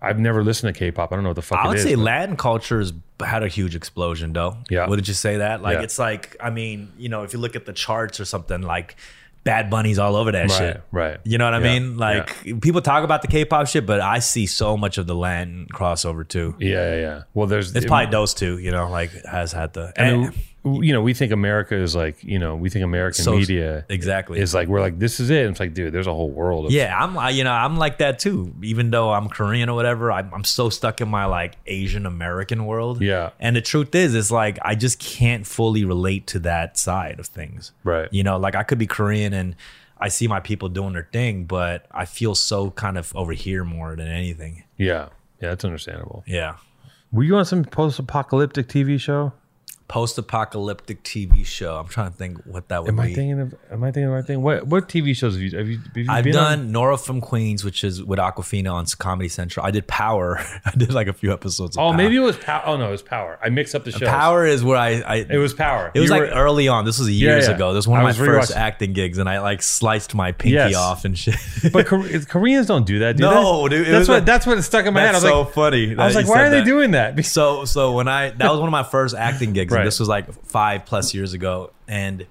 A: I've never listened to K-pop. I don't know what the fuck
B: I
A: it
B: would
A: is,
B: say
A: but-
B: Latin culture has had a huge explosion, though.
A: Yeah.
B: Wouldn't you say that? Like,
A: Yeah.
B: it's like, I mean, you know, if you look at the charts or something, like Bad Bunny's all over that
A: right,
B: shit.
A: right.
B: You know what I
A: Yeah,
B: mean? Like people talk about the K-pop shit, but I see so much of the Latin crossover too.
A: yeah, yeah, yeah. yeah. Well, there's
B: It's probably those two, you know, like has had the
A: I mean, w- you know, we think America is like, you know, we think American
B: so-
A: media
B: exactly.
A: is like, we're like, this is it. And it's like, dude, there's a whole world. Of,
B: yeah, I'm I- you know I'm like that too. Even though I'm Korean or whatever, I'm, I'm so stuck in my like Asian American world.
A: Yeah.
B: and the truth is, it's like I just can't fully relate to that side of things.
A: Right.
B: You know, like I could be Korean and. I see my people doing their thing, but I feel so kind of over here more than anything.
A: Yeah. Yeah, that's understandable.
B: Yeah.
A: Were you on some post apocalyptic TV show?
B: Post apocalyptic TV show. I'm trying to think what that would
A: Am
B: be.
A: I thinking of am I thinking of the right thing? What what TV shows have you have you, have you
B: I've
A: been on?
B: done Nora from Queens, which is with Aquafina on Comedy Central. I did Power. *laughs* I did like a few episodes. Of
A: Oh,
B: Power.
A: maybe it was power. Oh no, it was power. I mixed up the shows.
B: uh, Power is where I. I
A: It was power.
B: It was
A: You
B: like
A: were-
B: early on. This was years
A: yeah.
B: ago. This was one
A: I
B: of my
A: was
B: first
A: rewatching.
B: acting gigs, and I like sliced my pinky
A: Yes.
B: off and shit. *laughs*
A: but Kore- Koreans don't do that, do
B: No,
A: they?
B: dude, it
A: That's
B: was
A: what
B: like-
A: that's what stuck in my head. I was
B: That's so
A: like,
B: funny.
A: I was like, why are they doing that? Because
B: *laughs* So, so when I that was one of my first acting gigs,
A: Right.
B: and this was like five plus years ago, and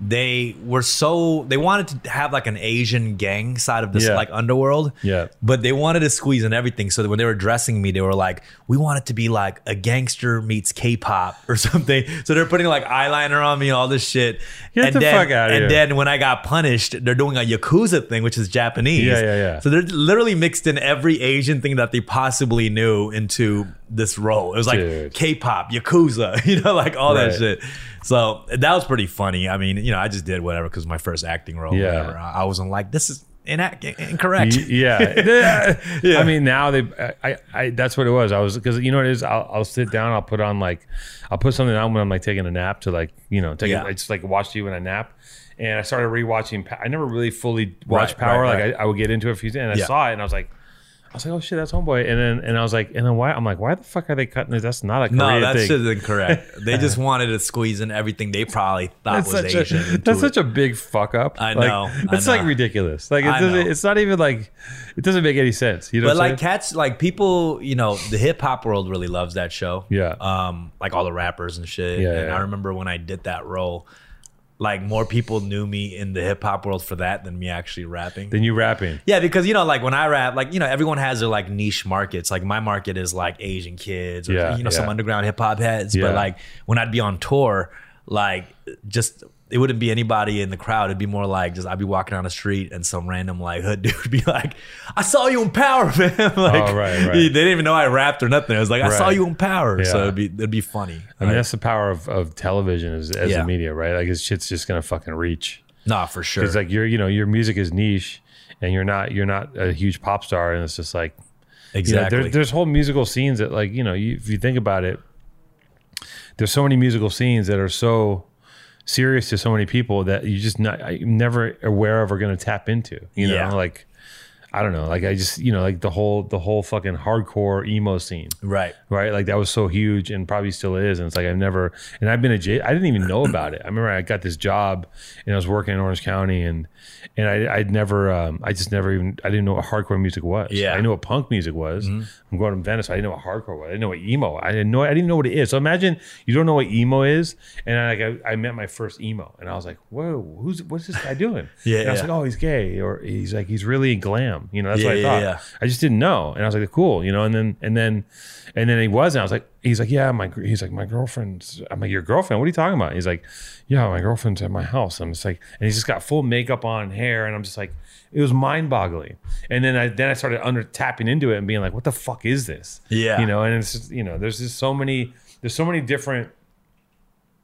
B: they were so they wanted to have like an Asian gang side of this
A: Yeah.
B: like underworld,
A: Yeah.
B: But they wanted to squeeze in everything, so that when they were dressing me, they were like, "We want it to be like a gangster meets K-pop or *laughs* something." So they're putting like eyeliner on me, all this shit.
A: Get
B: and
A: the
B: then,
A: fuck outta
B: And
A: here.
B: then when I got punished, they're doing a yakuza thing, which is Japanese.
A: Yeah, yeah, yeah.
B: So they're literally mixed in every Asian thing that they possibly knew into this role. It was like
A: Dude.
B: K-pop, yakuza, *laughs* you know, like all that
A: Right.
B: shit. So that was pretty funny. I mean, you know, I just did whatever because my first acting role.
A: Yeah.
B: whatever. I I wasn't like this is inac- incorrect. *laughs*
A: yeah. I mean, now they, I, I, I, that's what it was. I was because you know what it is. I'll, I'll sit down. I'll put on like, I'll put something on when I'm like taking a nap to like, you know, take.
B: Yeah.
A: I just like watch you when I nap, and I started rewatching. Pa- I never really fully watched
B: Right, right,
A: Power.
B: right.
A: Like I, I would get into it a few times, and I
B: Yeah.
A: saw it, and I was like. I was like, oh shit, that's homeboy, and then and I was like, and then why? I'm like, why the fuck are they cutting this? That's not a Korean
B: No, that
A: thing.
B: shit is incorrect.
A: *laughs*
B: They just wanted to squeeze in everything they probably thought
A: that's
B: was
A: such
B: Asian.
A: a
B: into
A: that's
B: it.
A: such a big fuck up.
B: I
A: Like,
B: know, I
A: that's like
B: know.
A: ridiculous. Like it
B: I
A: doesn't,
B: know.
A: it's not even like it doesn't make any sense. You know,
B: But
A: what I'm
B: like
A: saying?
B: cats, like people, you know, the hip hop world really loves that show.
A: Yeah.
B: Um, like all the rappers and shit.
A: Yeah,
B: and
A: yeah.
B: I remember when I did that role, like more people knew me in the hip hop world for that than me actually rapping.
A: then you rapping.
B: yeah, because you know, like when I rap, like you know, everyone has their like niche markets. Like my market is like Asian kids, or
A: Yeah,
B: you know,
A: yeah.
B: some underground hip hop heads.
A: Yeah.
B: But like when I'd be on tour, like just it wouldn't be anybody in the crowd. It'd be more like just I'd be walking down the street and some random like hood *laughs* dude would be like, "I saw you in Power, *laughs* man!" like
A: Oh, right, right.
B: they didn't even know I rapped or nothing. I was like, "I saw
A: Right.
B: you in Power," so
A: Yeah.
B: it'd be it'd be funny.
A: I mean, that's the power of, of television as, as
B: Yeah.
A: a media, right? Like, this shit's just gonna fucking reach.
B: nah, for sure.
A: It's like your, you know, your music is niche, and you're not, you're not a huge pop star, and it's just like, you know,
B: exactly.
A: there's there's whole musical scenes that, like, you know, you, if you think about it, there's so many musical scenes that are so serious to so many people that you just not, I'm never aware of or gonna tap into. You know,
B: Yeah.
A: like, I don't know, like I just, you know, like the whole, the whole fucking hardcore emo scene
B: right.
A: right? Like that was so huge and probably still is. And it's like I've never and I've been a J I didn't even know about it. I remember I got this job and I was working in Orange County and and I I'd never um I just never even I didn't know what hardcore music was.
B: Yeah. Mm-hmm.
A: I knew what punk music was. I'm going to Venice, I didn't know what hardcore was. I didn't know what emo. I didn't know I didn't even know what it is. So imagine you don't know what emo is. And I like I, I met my first emo and I was like, Whoa, who's what's this guy doing?
B: *laughs* Yeah,
A: And I was
B: yeah.
A: like, Oh, he's gay or he's like he's really glam. You know, that's
B: Yeah,
A: what I
B: yeah,
A: thought.
B: yeah.
A: I just didn't know, and I was like, cool, you know. And then and then and then he was, and I was like, he's like, yeah, my gr- he's like my girlfriend's. I'm like, your girlfriend? What are you talking about? He's like, yeah, my girlfriend's at my house. I'm just like, and he's just got full makeup on, hair, and I'm just like, it was mind boggling. And then I then I started under tapping into it and being like, what the fuck is this?
B: Yeah.
A: you know. And it's just, you know, there's just so many, there's so many different.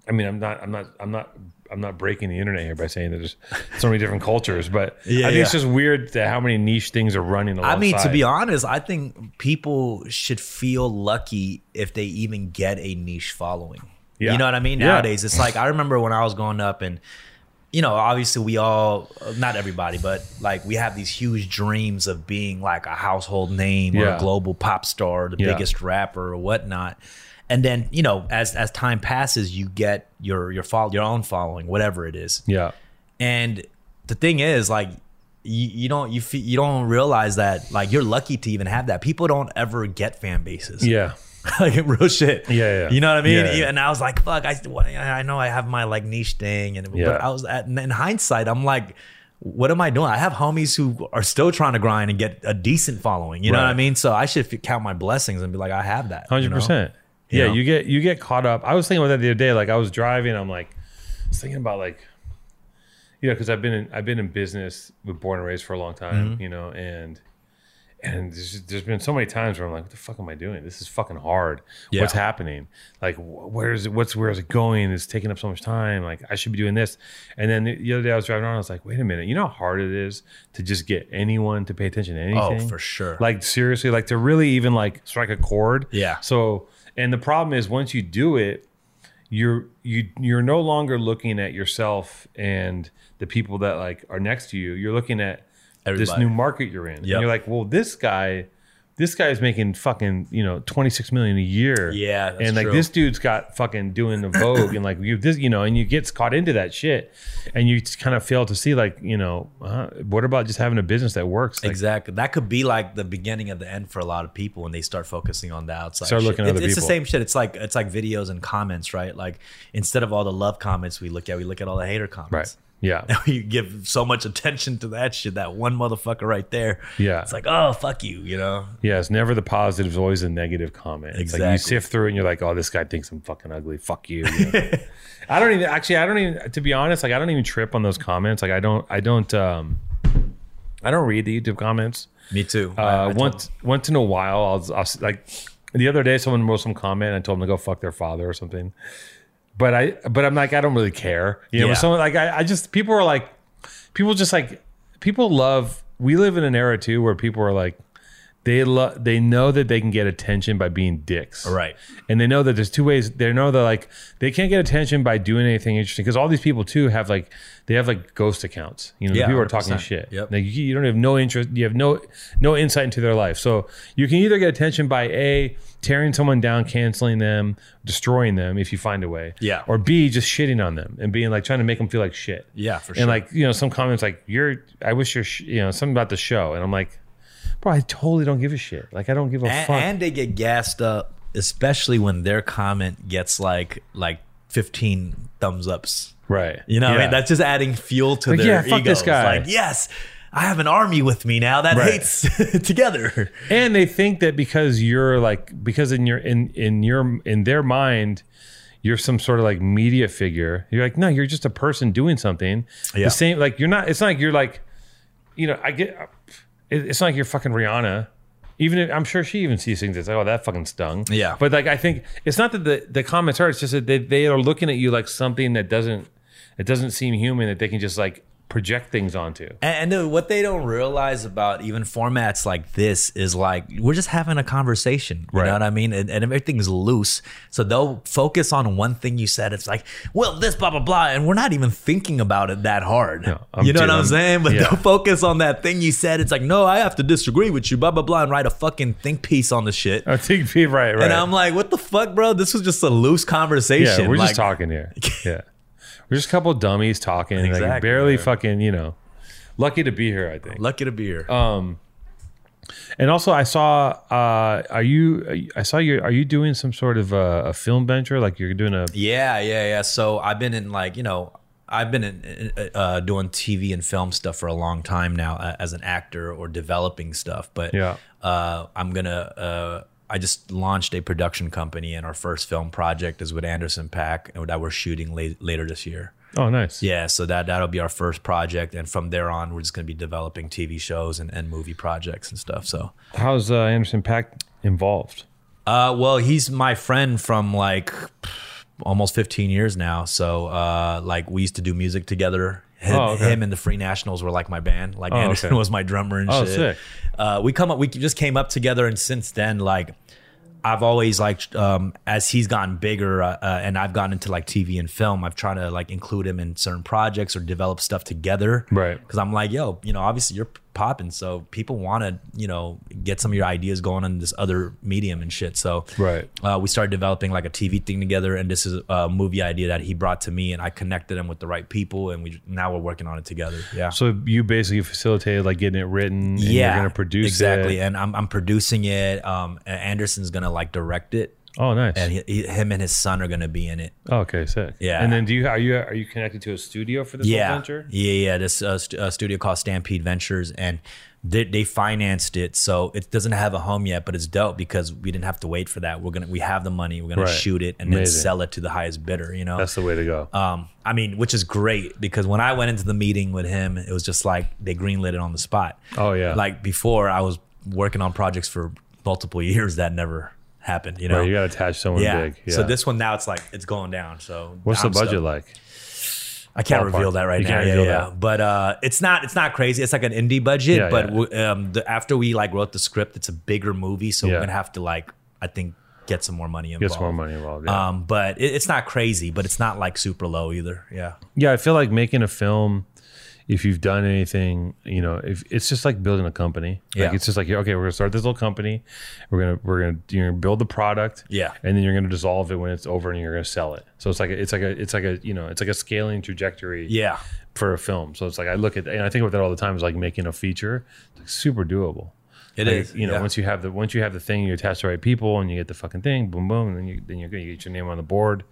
A: I mean, I'm not, I'm not, I'm not, I'm not breaking the internet here by saying that there's so many different cultures, but
B: *laughs* Yeah,
A: I think it's
B: yeah.
A: just weird that how many niche things are running. Alongside.
B: I mean, to be honest, I think people should feel lucky if they even get a niche following.
A: Yeah.
B: You know what I mean?
A: Yeah.
B: Nowadays, it's like I remember when I was growing up, and you know, obviously, we all, not everybody, but like we have these huge dreams of being like a household name or
A: Yeah.
B: a global pop star, the
A: Yeah.
B: biggest rapper or whatnot. And then, you know, as as time passes, you get your your follow, your own following, whatever it is.
A: Yeah.
B: And the thing is, like, you, you don't you fe- you don't realize that like you're lucky to even have that. People don't ever get fan bases.
A: Yeah.
B: *laughs* like real shit.
A: Yeah, yeah.
B: You know what I mean?
A: Yeah, yeah.
B: And I was like, fuck. I I know I have my like niche thing, and
A: Yeah.
B: but I was at, in hindsight, I'm like. What am I doing? I have homies who are still trying to grind and get a decent following. You know what I
A: Right.
B: mean? So I should f- count my blessings and be like, I have that. you know?
A: Hundred percent.
B: You
A: Yeah,
B: know?
A: you get you get caught up. I was thinking about that the other day. Like I was driving, I'm like, I was thinking about like,
B: Mm-hmm.
A: you know, because I've been in I've been in business with born and raised for a long time, you know, and and there's, just- there's been so many times where I'm like, what the fuck am I doing? This is fucking hard.
B: Yeah.
A: What's happening? Like, wh- where is it? What's where is it going? It's taking up so much time. Like, I should be doing this. And then the- the other day I was driving around. I was like, wait a minute. You know how hard it is to just get anyone to pay attention to anything.
B: Oh, for sure.
A: Like seriously, like to really even like strike a chord.
B: Yeah.
A: So, and the problem is once you do it, you're you you're no longer looking at yourself and the people that like are next to you. You're looking at this
B: Everybody.
A: new market you're in. And
B: Yep.
A: you're like, well, this guy, this guy's making fucking you know twenty six million a year.
B: Yeah, that's
A: and like
B: true.
A: this dude's got fucking doing the Vogue and like you this you know and you gets caught into that shit and you kind of fail to see like you know uh, what about just having a business that works like,
B: Exactly. That could be like the beginning of the end for a lot of people when they start focusing on the outside.
A: Start
B: shit.
A: looking at
B: it's,
A: other
B: it's the
A: people.
B: same shit. It's like it's like videos and comments, right? Like instead of all the love comments we look at, we look at all the hater
A: right
B: comments.
A: yeah
B: *laughs* You give so much attention to that shit, that one motherfucker right there.
A: Yeah.
B: It's like, oh fuck you, you know?
A: Yeah, it's never the positive, it's always the negative comment. It's like
B: Exactly.
A: you sift through it and you're like, oh, this guy thinks I'm fucking ugly. Fuck you. you know? *laughs* I don't even actually I don't even to be honest, like I don't even trip on those comments. Like I don't I don't um I don't read the YouTube comments.
B: Me too. I- I
A: Uh
B: told-
A: once once in a while I'll, I'll s- like the other day someone wrote some comment and I told them to go fuck their father or something. But I but I'm like, I don't really care. You know,
B: Yeah.
A: yeah. someone like I, I just people are like people just like people love we live in an era too where people are like they love they know that they can get attention by being dicks
B: Right.
A: and they know that there's two ways they know that like they can't get attention by doing anything interesting because all these people too have like they have like ghost accounts you know the
B: Yeah,
A: people are talking
B: 100%.
A: shit
B: Yep.
A: like you, you don't have no interest you have no no insight into their life so you can either get attention by a tearing someone down canceling them destroying them if you find a way
B: Yeah.
A: or b just shitting on them and being like trying to make them feel like shit
B: Yeah, for sure.
A: and like you know some comments like you're i wish you're sh-, you know something about the show and i'm like bro i totally don't give a shit like i don't give a
B: and,
A: fuck
B: and they get gassed up, especially when their comment gets like like fifteen thumbs ups.
A: right
B: You know, what I
A: Yeah.
B: mean? that's just adding fuel to
A: Like,
B: their
A: yeah, fuck
B: egos.
A: this guy.
B: Like, yes, I have an army with me now that
A: Right.
B: hates *laughs* together.
A: and they think that because you're like because in your in in your in their mind you're some sort of like media figure you're like no you're just a person doing something
B: Yeah.
A: the same like you're not it's not like you're like you know i get it- it's not like you're fucking rihanna even if, i'm sure she even sees things it's like oh that fucking stung
B: Yeah.
A: but like i think it's not that the, the comments are it's just that they, they are looking at you like something that doesn't it doesn't seem human that they can just like project things onto
B: And, and what they don't realize about even formats like this is like we're just having a conversation. You
A: Right.
B: know what I mean? And, and everything's loose. So they'll focus on one thing you said. It's like, well, this, blah, blah, blah. And we're not even thinking about it that hard.
A: I'm-
B: you know
A: dude,
B: what I'm,
A: I'm-
B: saying? But
A: yeah.
B: they'll focus on that thing you said. It's like, no, I have to disagree with you, blah, blah, blah, and write a fucking think piece on the shit.
A: i think right right
B: And I'm like, what the fuck, bro? This was just a loose conversation.
A: Yeah, we're
B: Like,
A: just talking
B: *laughs*
A: here. Yeah, we're just a couple dummies talking. like
B: Exactly,
A: barely
B: man.
A: fucking, you know, lucky to be here. I think.
B: Lucky to be here.
A: Um, And also, I saw. Uh, are you? I saw you. Are you doing some sort of uh, a film venture? Like you're doing a.
B: yeah, yeah, yeah. So I've been in like, you know, I've been in, uh, uh, doing TV and film stuff for a long time now uh, as an actor or developing stuff. But
A: Yeah.
B: uh, I'm gonna. Uh, I just launched a production company, and our first film project is with Anderson Pack, and that we're shooting late, later this year.
A: Oh, nice.
B: Yeah, so that that'll be our first project, and from there on, we're just gonna be developing TV shows and, and movie projects and stuff. So
A: How's uh, Anderson Pack involved?
B: Uh, well, he's my friend from like almost 15 years now. So, uh, like we used to do music together. Him,
A: Oh, okay.
B: him and the Free Nationals were like my band. Like
A: Oh,
B: Anderson *laughs*
A: okay.
B: was my drummer and
A: Oh,
B: shit.
A: sick.
B: Uh, we come up, we just came up together, and since then, like I've always like um, as he's gotten bigger uh, uh, and I've gotten into like TV and film, I've tried to like include him in certain projects or develop stuff together.
A: Right.
B: Because I'm like, yo, you know, obviously you're popping, so people want to, you know, get some of your ideas going on this other medium and shit. So
A: Right.
B: uh, we started developing like a TV thing together, and this is a movie idea that he brought to me, and I connected him with the right people, and we now we're working on it together. Yeah.
A: So you basically facilitated like getting it written. And
B: yeah,
A: You're gonna produce
B: exactly,
A: it.
B: and I'm I'm producing it. Um, and Anderson's gonna like direct it,
A: Oh, nice.
B: and he, he, him and his son are gonna be in it.
A: oh, okay, sick.
B: Yeah.
A: And then do you are you are you connected to a studio for this whole
B: yeah,
A: venture?
B: yeah, yeah. This uh, st- uh, studio called Stampede Ventures, and they, they financed it, so it doesn't have a home yet, but it's dope because we didn't have to wait for that. We're gonna we have the money. We're gonna
A: Right.
B: shoot it and
A: Amazing.
B: then sell it to the highest bidder. You know,
A: That's the way to go.
B: Um, I mean, which is great because when I went into the meeting with him, it was just like they greenlit it on the spot.
A: Oh, yeah.
B: Like before, I was working on projects for multiple *laughs* years that never happened. You know,
A: Right, you got to attach someone
B: Um, yeah.
A: big. Yeah.
B: So this one now it's like it's going down. So
A: What's
B: I'm
A: the budget
B: stoked.
A: like?
B: I can't
A: Ballpark.
B: reveal that right
A: You
B: now.
A: can't
B: Yeah,
A: reveal
B: yeah. But uh, it's not it's not crazy. It's like an indie budget.
A: Yeah,
B: but
A: yeah.
B: w um, the, after we like wrote the script, it's a bigger movie, so
A: Yeah.
B: we're gonna have to like I think get some more money involved.
A: Gets more money involved. Uh, Yeah.
B: Um, but it, it's not crazy, but it's not like super low either. Yeah,
A: yeah, I feel like making a film. If you've done anything, you know, if it's just like building a company.
B: Yeah.
A: Like it's just like, okay, we're gonna start this little company. We're gonna we're gonna you're gonna build the product.
B: Yeah.
A: And then you're gonna dissolve it when it's over, and you're gonna sell it. So it's like a, it's like a it's like a you know it's like a scaling trajectory.
B: yeah,
A: For a film, so it's like I look at and I think about that all the time. Is like making a feature, it's like super doable.
B: It
A: Like,
B: is.
A: You know,
B: yeah.
A: once you have the once you have the thing, you attach the right people, and you get the fucking thing. Boom, boom, and then you then you're good. You get your name on the board.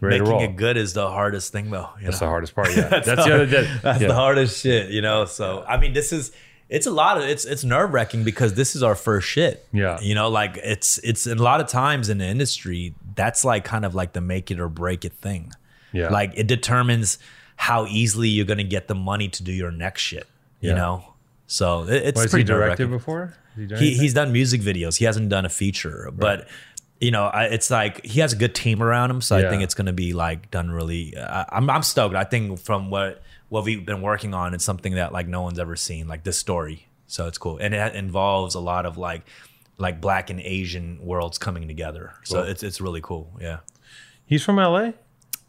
A: Ready to
B: making
A: roll.
B: it good is the hardest thing though. you
A: that's
B: know?
A: the hardest part. Yeah, *laughs* that's, the other. That,
B: That's
A: yeah.
B: the hardest shit, you know. So I mean, this is it's a lot of it's it's nerve wracking because this is our first shit.
A: Yeah.
B: you know, like it's it's and a lot of times in the industry that's like kind of like the make it or break it thing.
A: Yeah.
B: like it determines how easily you're gonna get the money to do your next shit. You
A: Yeah.
B: know, so it, it's
A: Why, has
B: pretty
A: he directed
B: nerve-wracking
A: before? Has done
B: he,
A: anything?
B: he's done music videos. He hasn't done a feature, but you know, I, it's like he has a good team around him. So I
A: Yeah.
B: think it's going to be like done really. I, I'm I'm stoked. I think from what what we've been working on, it's something that like no one's ever seen, like this story. So it's cool, and it involves a lot of like like black and Asian worlds coming together. So it's it's really cool. Yeah,
A: he's from LA,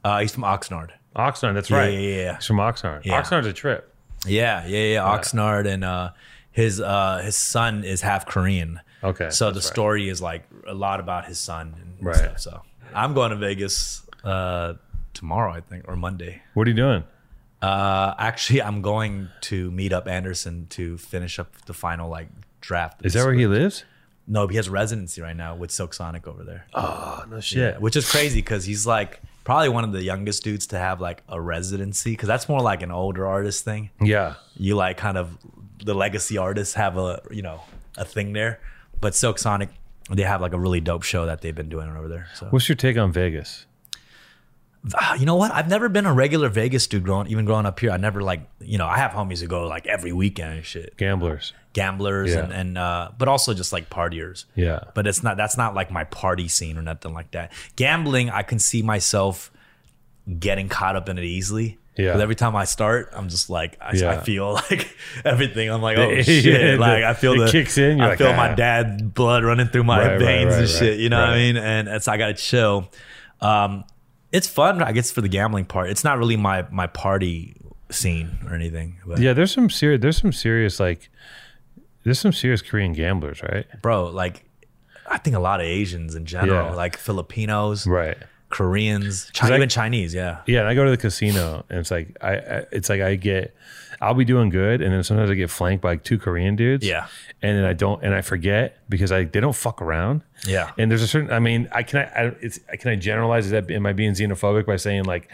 B: uh, he's from Oxnard.
A: Oxnard. That's
B: Yeah,
A: right.
B: yeah, yeah, yeah.
A: He's from Oxnard.
B: Yeah.
A: Oxnard's a trip.
B: Yeah, yeah, yeah. Oxnard and uh, his uh, his son is half Korean.
A: Okay,
B: So the
A: that's right.
B: story is like a lot about his son and
A: Right.
B: stuff. So I'm going to Vegas uh, tomorrow, I think, or Monday.
A: What are you doing?
B: Uh, actually, I'm going to meet up Anderson to finish up the final like draft.
A: Is that where he lives?
B: No, he has residency right now with Silk Sonic over there,
A: Oh no shit.
B: which is crazy because he's like probably one of the youngest dudes to have like a residency because that's more like an older artist thing
A: Yeah.
B: you like kind of the legacy artists have a you know a thing there but silk sonic they have like a really dope show that they've been doing over there so
A: What's your take on Vegas?
B: Ah, you know what i've never been a regular vegas dude growing even growing up here i never like you know i have homies who go like every weekend and shit
A: Gamblers.
B: gamblers
A: Yeah.
B: and, and uh but also just like partiers
A: Yeah.
B: but it's not that's not like my party scene or nothing like that gambling i can see myself getting caught up in it easily
A: Yeah.
B: But every time I start, I'm just like I, I
A: Yeah.
B: feel *laughs* like everything. I'm like, oh
A: *laughs* Yeah,
B: shit!
A: the-
B: like I feel
A: it
B: the
A: kicks in, you're
B: I
A: like,
B: feel my
A: ah.
B: dad blood running through my
A: Right, right,
B: veins
A: right,
B: and
A: right,
B: shit. You know what I
A: right.
B: mean? And it's I gotta chill. Um, it's fun, I guess, for the gambling part. It's not really my my party scene or anything. But
A: Yeah. There's some serious. There's some serious like. There's some serious Korean gamblers, right?
B: bro, like I think a lot of Asians in general,
A: Yeah.
B: like Filipinos,
A: Right.
B: Koreans, Chi-
A: I-
B: even Chinese. Yeah,
A: Yeah, and I go to the casino, and it's like I, I, it's like I get, I'll be doing good, and then sometimes I get flanked by like two Korean dudes.
B: Yeah.
A: and then I don't, and I forget because I they don't fuck around.
B: Yeah.
A: and there's a certain, I mean, I can I, I it's can I generalize Is that am I being xenophobic by saying like,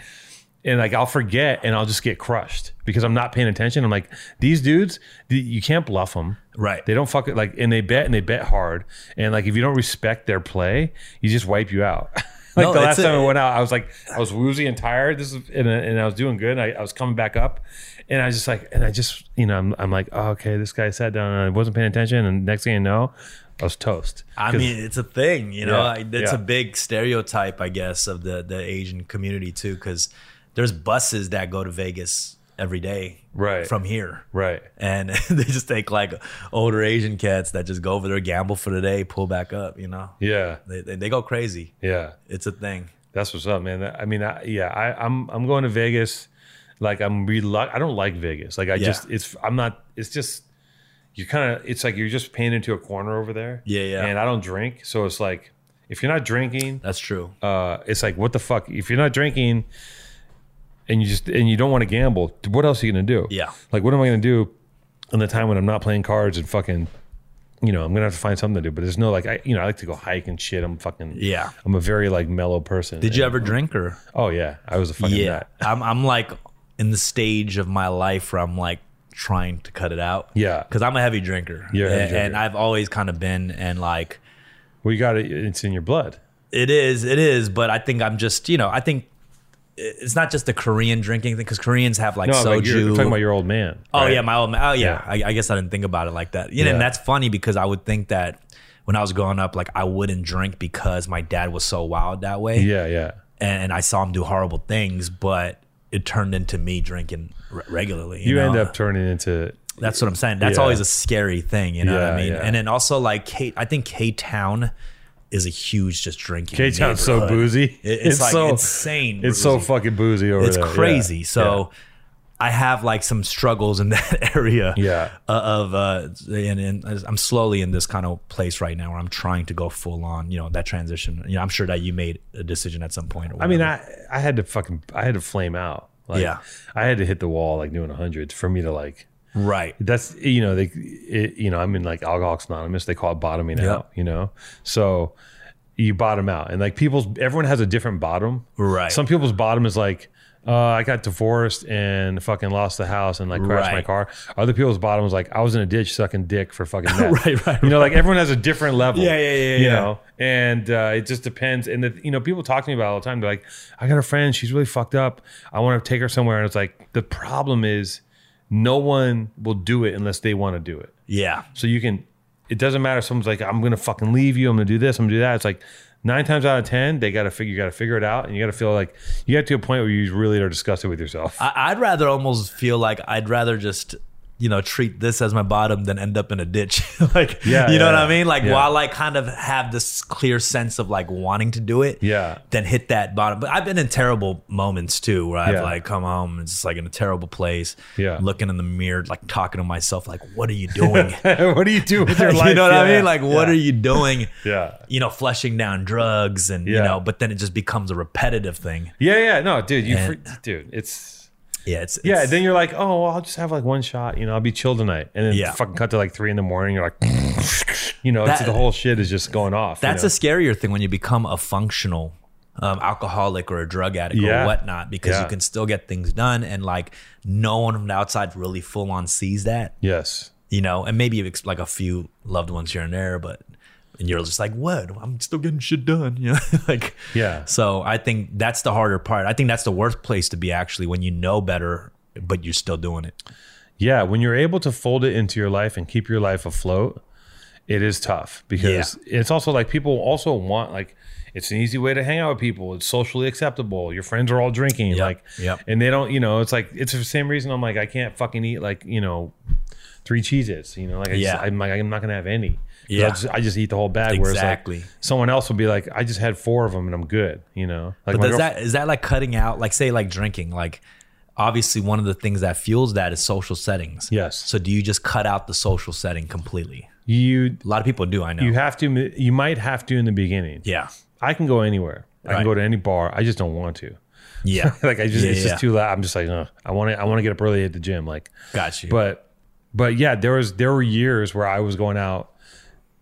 A: and like I'll forget and I'll just get crushed because I'm not paying attention. I'm like these dudes, the, you can't bluff them.
B: Right.
A: They don't fuck it like, and they bet and they bet hard, and like if you don't respect their play, you just wipe you out. *laughs* like
B: No,
A: the
B: it's
A: last
B: a-
A: time I went out, I was like, I was woozy and tired. This is, and, and I was doing good. And I, I was coming back up, and I was just like, and I just, you know, I'm, I'm like, oh, okay, this guy sat down and I wasn't paying attention, and next thing I know, I was toast.
B: I
A: 'Cause-
B: mean, it's a thing, you know.
A: Yeah,
B: I It's
A: yeah.
B: a big stereotype, I guess, of the the Asian community too, because there's buses that go to Vegas every day,
A: Right.
B: from here,
A: right?
B: and *laughs* they just take like older Asian cats that just go over there, gamble for the day, pull back up, you know.
A: Yeah,
B: They, they they go crazy.
A: yeah.
B: It's a thing.
A: That's what's up, man. I mean, I, yeah, I, I'm I'm going to Vegas. Like I'm relu- I don't like Vegas. Like I
B: Yeah.
A: just it's I'm not. It's just you're kind of. It's like you're just painted into a corner over there.
B: Yeah, yeah.
A: And I don't drink, so it's like if you're not drinking,
B: That's true.
A: uh, it's like what the fuck. If you're not drinking, and you just and you don't want to gamble, what else are you gonna do?
B: Yeah.
A: Like what am I gonna do in the time when I'm not playing cards and fucking. You know, I'm gonna have to find something to do, but there's no like, I you know, I like to go hike and shit. I'm fucking,
B: Yeah.
A: I'm a very like mellow person.
B: Did you ever drink or?
A: Oh yeah, I was a fucking
B: yeah,
A: nut.
B: I'm I'm like in the stage of my life where I'm like trying to cut it out.
A: Yeah.
B: because I'm a heavy drinker.
A: You're a heavy
B: and,
A: drinker.
B: and I've always kind of been and like
A: Well, you got it. It's in your blood.
B: it is, it is. But I think I'm just you know I think it's not just the Korean drinking thing because Koreans have like
A: No,
B: soju.
A: like you're talking about your old man.
B: Oh
A: right?
B: yeah, my old man. Oh yeah, I, I guess I didn't think about it like that. You know, and
A: Yeah.
B: that's funny because I would think that when I was growing up, like I wouldn't drink because my dad was so wild that way,
A: yeah, yeah.
B: and, and I saw him do horrible things, but it turned into me drinking re- regularly.
A: You end
B: know?
A: up turning into
B: That's what I'm saying. That's
A: Yeah.
B: always a scary thing. You know what I
A: Yeah,
B: mean?
A: yeah.
B: And then also like K, I think K Town is a huge just drinking.
A: K Town's so
B: neighborhood.
A: boozy.
B: It- it's, like insane.
A: It's so
B: boozy.
A: fucking boozy over
B: It's
A: there.
B: crazy.
A: Yeah.
B: So I have like some struggles in *laughs* that area.
A: Yeah.
B: uh, Of uh, and, and I'm slowly in this kind of place right now where I'm trying to go full on. You know that transition. You know, I'm sure that you made a decision at some point. Or
A: I mean,
B: whatever.
A: I I had to fucking I had to flame out. Like,
B: Yeah.
A: I had to hit the wall like doing hundreds for me to like.
B: right.
A: That's you know they it, you know I'm in like Alcoholics Anonymous. They call it bottoming
B: Yeah.
A: out. You know, so you bottom out and like people's everyone has a different bottom.
B: Right.
A: Some people's bottom is like. Uh, I got divorced and fucking lost the house and like crashed my
B: Right.
A: car. Other people's bottom was like I was in a ditch sucking dick for
B: *laughs*
A: fucking meth.
B: Right, right,
A: You know, like everyone has a different level.
B: Yeah, yeah, yeah,
A: You
B: yeah.
A: know, and uh, it just depends. And the, you know, people talk to me about it all the time. They're like, "I got a friend. She's really fucked up. I want to take her somewhere." And it's like the problem is, no one will do it unless they want to do it.
B: Yeah.
A: So you can. It doesn't matter. If someone's like, "I'm gonna fucking leave you. I'm gonna do this. I'm gonna do that." It's like nine times out of ten, they gotta figure. You gotta figure it out, and you gotta feel like you get to a point where you really are disgusted with yourself.
B: I, I'd rather almost feel like I'd rather just you know treat this as my bottom than end up in a ditch. *laughs* like
A: Yeah,
B: you know
A: yeah,
B: what I
A: yeah.
B: mean? Like
A: Yeah.
B: while I kind of have this clear sense of like wanting to do it,
A: Yeah.
B: then hit that bottom. But I've been in terrible moments too, where I've
A: Yeah.
B: like come home and just like in a terrible place,
A: Yeah.
B: looking in the mirror, like talking to myself, like what are
A: *laughs*
B: you doing? *laughs*
A: what do you do with your life?
B: you know what I
A: Yeah,
B: mean? Like what
A: yeah.
B: are you doing?
A: *laughs* Yeah.
B: You know, flushing down drugs and you
A: Yeah.
B: know, but then it just becomes a repetitive thing.
A: Yeah, yeah. No, dude, you,
B: And-
A: fre- dude, it's
B: Yeah, it's,
A: Yeah,
B: it's-
A: then you're like, oh, well, I'll just have like one shot. You know, I'll be chill tonight, and then
B: Yeah.
A: fucking cut to like three in the morning. You're like, *laughs* you know, it's
B: That-
A: the whole shit is just going off.
B: That's a scarier thing when you become a functional um, alcoholic or a drug addict or
A: Yeah.
B: whatnot because
A: Yeah.
B: you can still get things done and like no one from the outside really full on sees that,
A: a yes.
B: you know, and maybe it's like a few loved ones here and there, but and you're just like, what? I'm still getting shit done, you know, *laughs* like
A: Yeah.
B: So I think that's the harder part. I think that's the worst place to be actually when you know better, but you're still doing it.
A: Yeah, when you're able to fold it into your life and keep your life afloat, it is tough because it's also like people also want like it's an easy way to hang out with people. It's socially acceptable. Your friends are all drinking,
B: Yep,
A: like,
B: yep.
A: and they don't. You know, it's like it's the same reason I'm like I can't fucking eat like you know three cheeses. You know, like I
B: Yeah.
A: just, I'm like I'm not gonna have any. 'Cause
B: Yeah.
A: I just, I just eat the whole bag. Whereas
B: Exactly.
A: like someone else will be like, I just had four of them and I'm good. You know, like
B: But
A: my
B: does
A: girlf-
B: that is that like cutting out like say like drinking like obviously one of the things that fuels that is social settings.
A: Yes.
B: So do you just cut out the social setting completely?
A: you
B: A lot of people do, I know.
A: you have to you might have to in the beginning.
B: yeah.
A: I can go anywhere. I
B: Right.
A: can go to any bar. I just don't want to.
B: Yeah.
A: *laughs* Like I just,
B: Yeah,
A: it's
B: yeah.
A: just too loud. I'm just like, Ugh, I want to, I want to get up early at the gym. Like,
B: Got you.
A: but, but yeah, there was, there were years where I was going out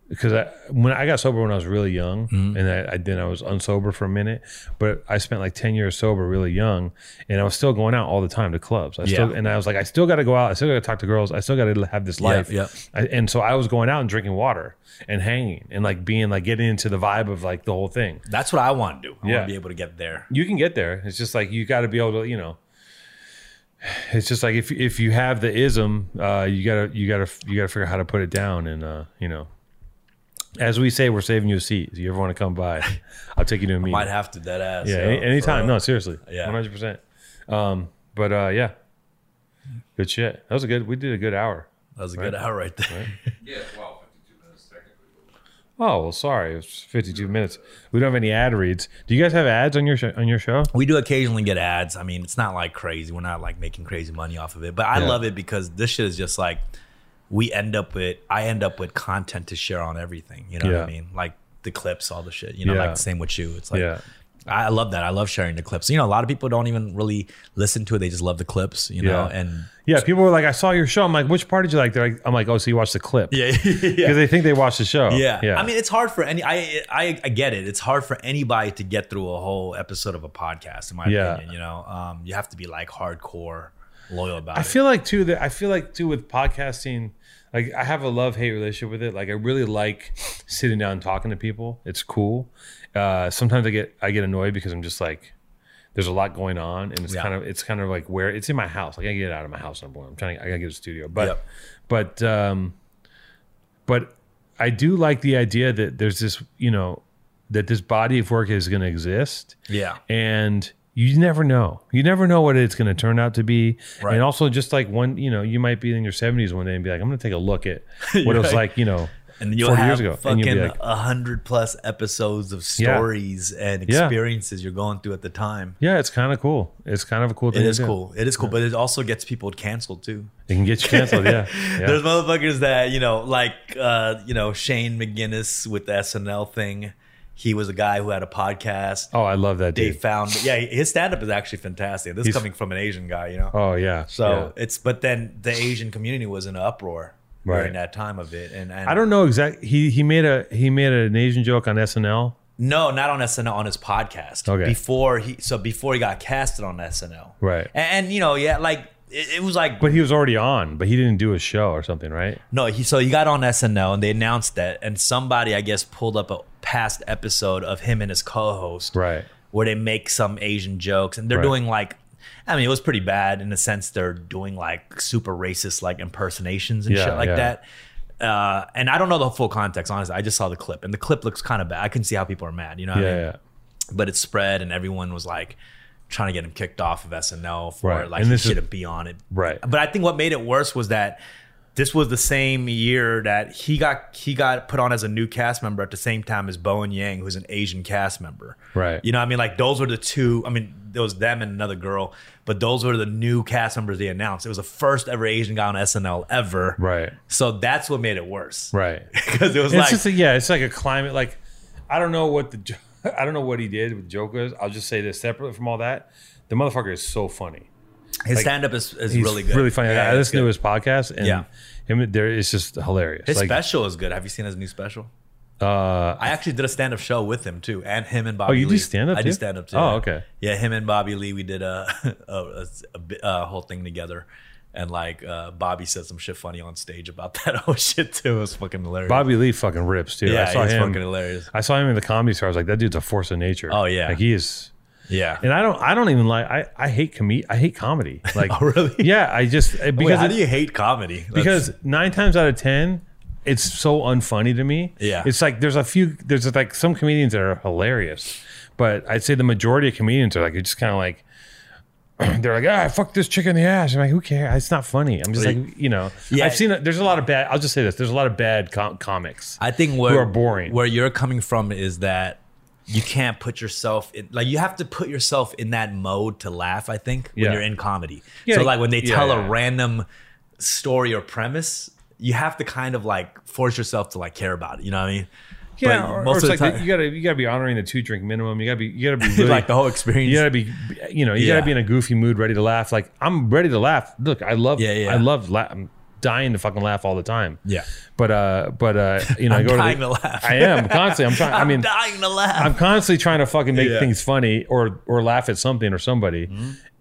A: because I, when I got sober when I was really young,
B: Mm-hmm.
A: and I, I then I was unsober for a minute, but I spent like ten years sober, really young, and I was still going out all the time to clubs. I still
B: Yeah.
A: and I was like, I still got to go out. I still got to talk to girls. I still got to have this life.
B: yeah.
A: I, and so I was going out and drinking water and hanging and like being like getting into the vibe of like the whole thing
B: that's what I want to do. I want
A: Yeah.
B: to be able to get there.
A: you can get there. It's just like you got to be able to, you know. It's just like if if you have the ism, uh, you gotta you gotta you gotta figure out how to put it down, and uh, you know, as we say, we're saving you a seat. If you ever want to come by, *laughs* I'll take you to a meeting.
B: Might have to dead ass.
A: yeah,
B: yo,
A: any,
B: for
A: anytime.
B: real.
A: No, seriously.
B: Yeah.
A: one hundred percent. Um, but uh, yeah, good shit. That was a good. We did a good hour.
B: That was a good hour right there.
C: Yeah, well, 52 minutes technically.
A: Oh well, sorry. It was fifty-two minutes. We don't have any ad reads. Do you guys have ads on your sh- on your show?
B: We do occasionally get ads. I mean, it's not like crazy. We're not like making crazy money off of it, but I
A: Yeah.
B: love it because this shit is just like we end up with. I end up with content to share on everything. You know what I
A: Yeah.
B: mean? Like the clips, all the shit. You know,
A: Yeah.
B: like same with you. It's like
A: Yeah.
B: I I love that. I love sharing the clips. You know, a lot of people don't even really listen to it. They just love the clips. You know,
A: Yeah.
B: and
A: Yeah, people were like, "I saw your show." I'm like, "Which part did you like?" They're like, "I'm like, oh, so you watched the clip?"
B: yeah, *laughs* yeah.
A: because they think they watch the show.
B: Yeah.
A: yeah.
B: I mean, it's hard for any. I, I I get it. It's hard for anybody to get through a whole episode of a podcast. In my
A: Yeah.
B: opinion, you know, um, you have to be like hardcore loyal about
A: I
B: it.
A: feel like too that I feel like too with podcasting, like I have a love hate relationship with it. Like I really like sitting down and talking to people. It's cool. Uh, sometimes I get I get annoyed because I'm just like, there's a lot going on, and it's
B: Yeah.
A: kind of it's kind of like where it's in my house. Like I gotta get it out of my house. Number one, I'm trying. To, I gotta get to the studio, but
B: Yep.
A: but um, but I do like the idea that there's this you know that this body of work is going to exist
B: Yeah.
A: and you never know. You never know what it's going to turn out to be.
B: Right.
A: And also, just like one, you know, you might be in your 70s one day and be like, I'm going to take a look
B: *laughs*
A: at what it was
B: Right.
A: like, you know,
B: And you'll
A: 40
B: have
A: years ago. And you'll be
B: fucking a
A: like-
B: hundred plus episodes of
A: Yeah.
B: stories and
A: Yeah.
B: experiences you're going through at the time.
A: yeah, it's kind of cool. It's kind of a cool thing.
B: It
A: to
B: is
A: do.
B: cool. It is cool, but it also gets people canceled too.
A: It can get you canceled.
B: *laughs*
A: Yeah. Yeah.
B: There's motherfuckers that you know, like uh, you know Shane McGinnis with the SNL thing. He was a guy who had a podcast.
A: oh, I love that
B: They
A: dude.
B: found, yeah, his stand up is actually fantastic. This is
A: He's-
B: coming from an Asian guy, you know.
A: Oh, yeah.
B: So
A: Yeah.
B: it's but then the Asian community was in an uproar
A: Right.
B: during that time of it, and, and
A: I don't know exactly. He, he made a he made an Asian joke on SNL.
B: no, not on SNL on his podcast.
A: Okay.
B: before he so before he got casted on SNL,
A: Right.
B: And, and, you know, yeah, like it, it was like
A: But he was already on, but he didn't do a show or something, right?
B: no, he so he got on SNL and they announced that, and somebody I guess pulled up a past episode of him and his co-host,
A: Right.
B: where they make some Asian jokes and they're
A: Right.
B: doing like I mean, it was pretty bad in the sense they're doing like super racist like impersonations and
A: Yeah,
B: shit like
A: yeah.
B: that. Uh, and I don't know the full context, honestly. I just saw the clip, and the clip looks kind of bad. I can see how people are mad, you know. What
A: Yeah.
B: I mean?
A: yeah.
B: But it spread, and everyone was like trying to get him kicked off of SNL for
A: Right.
B: like
A: And
B: he
A: this is-
B: shouldn't be on it.
A: Right.
B: But I think what made it worse was that this was the same year that he got he got put on as a new cast member at the same time as Bowen Yang, who's an Asian cast member.
A: Right.
B: You know, what I mean, like those were the two. I mean, there was them and another girl, but those were the new cast members they announced. It was the first ever Asian guy on SNL ever.
A: Right.
B: So that's what made it worse. *laughs*
A: Right.
B: Because it was
A: It's
B: like
A: just a, yeah, it's like a climate. Like I don't know what the jo- *laughs* I don't know what he did with Joker's. I'll just say this separately from all that. The motherfucker is so funny.
B: his stand up is, is
A: He's
B: really good.
A: really funny.
B: Yeah,
A: I
B: it's
A: listen
B: good.
A: to his podcast and
B: Yeah.
A: him there it's just hilarious.
B: His
A: like
B: special is good. Have you seen his new special?
A: uh Oh,
B: I actually did a stand up show with him too, and him and Bobby.
A: you do
B: Lee.
A: stand-up
B: I do
A: too?
B: stand up too.
A: Oh,
B: yeah.
A: okay.
B: Yeah, him and Bobby Lee, we did a *laughs* a, a, a bi- a whole thing together, and like uh, Bobby said some shit funny on stage about *laughs* that whole shit too. It was fucking hilarious.
A: Bobby Lee fucking rips too.
B: yeah,
A: I saw
B: it's
A: him.
B: fucking hilarious.
A: I saw him in the comedy store. I was like, that dude's a force of nature.
B: Oh, yeah.
A: Like he is
B: Yeah.
A: and I don't I don't even like I, I hate com- I hate
B: *laughs*
A: comedy. Like
B: Oh, *laughs* really? Oh,
A: Yeah, I just because
B: Wait, how
A: it-
B: do you hate comedy? That's-
A: because nine times out of ten it's so unfunny to me
B: Yeah.
A: it's like there's a few there's like some comedians that are hilarious but i'd say the majority of comedians are like just kind of like *clears throat* they're like ah fuck this chick in the ass i'm like who cares it's not funny i'm just like you know
B: Yeah.
A: i've seen a, there's a lot of bad i'll just say this there's a lot of bad com- comics
B: I think where
A: are boring.
B: Where you're coming from is that you can't put yourself in like you have to put yourself in that mode to laugh. I think when
A: Yeah.
B: you're in comedy.
A: Yeah,
B: so like when they
A: yeah,
B: tell
A: yeah.
B: a random story or premise, you have to kind of like force yourself to like care about it. You know what I mean?
A: yeah
B: But
A: or, or
B: most
A: it's
B: of
A: like
B: the
A: the-
B: time,
A: you gotta you gotta be honoring the two drink minimum you gotta be you gotta be really
B: *laughs* like the whole experience.
A: you gotta be you know you
B: Yeah.
A: gotta be in a goofy mood ready to laugh like i'm ready to laugh look i love
B: Yeah, yeah.
A: i love la- i'm dying to fucking laugh all the time
B: Yeah.
A: but uh but uh you know
B: I'm
A: i go
B: dying
A: to,
B: to
A: the,
B: laugh.
A: i am constantly i'm trying i
B: *laughs* I'm
A: mean
B: dying to laugh.
A: i'm constantly trying to fucking make
B: Yeah. Mm-hmm.
A: things funny or or laugh at something or somebody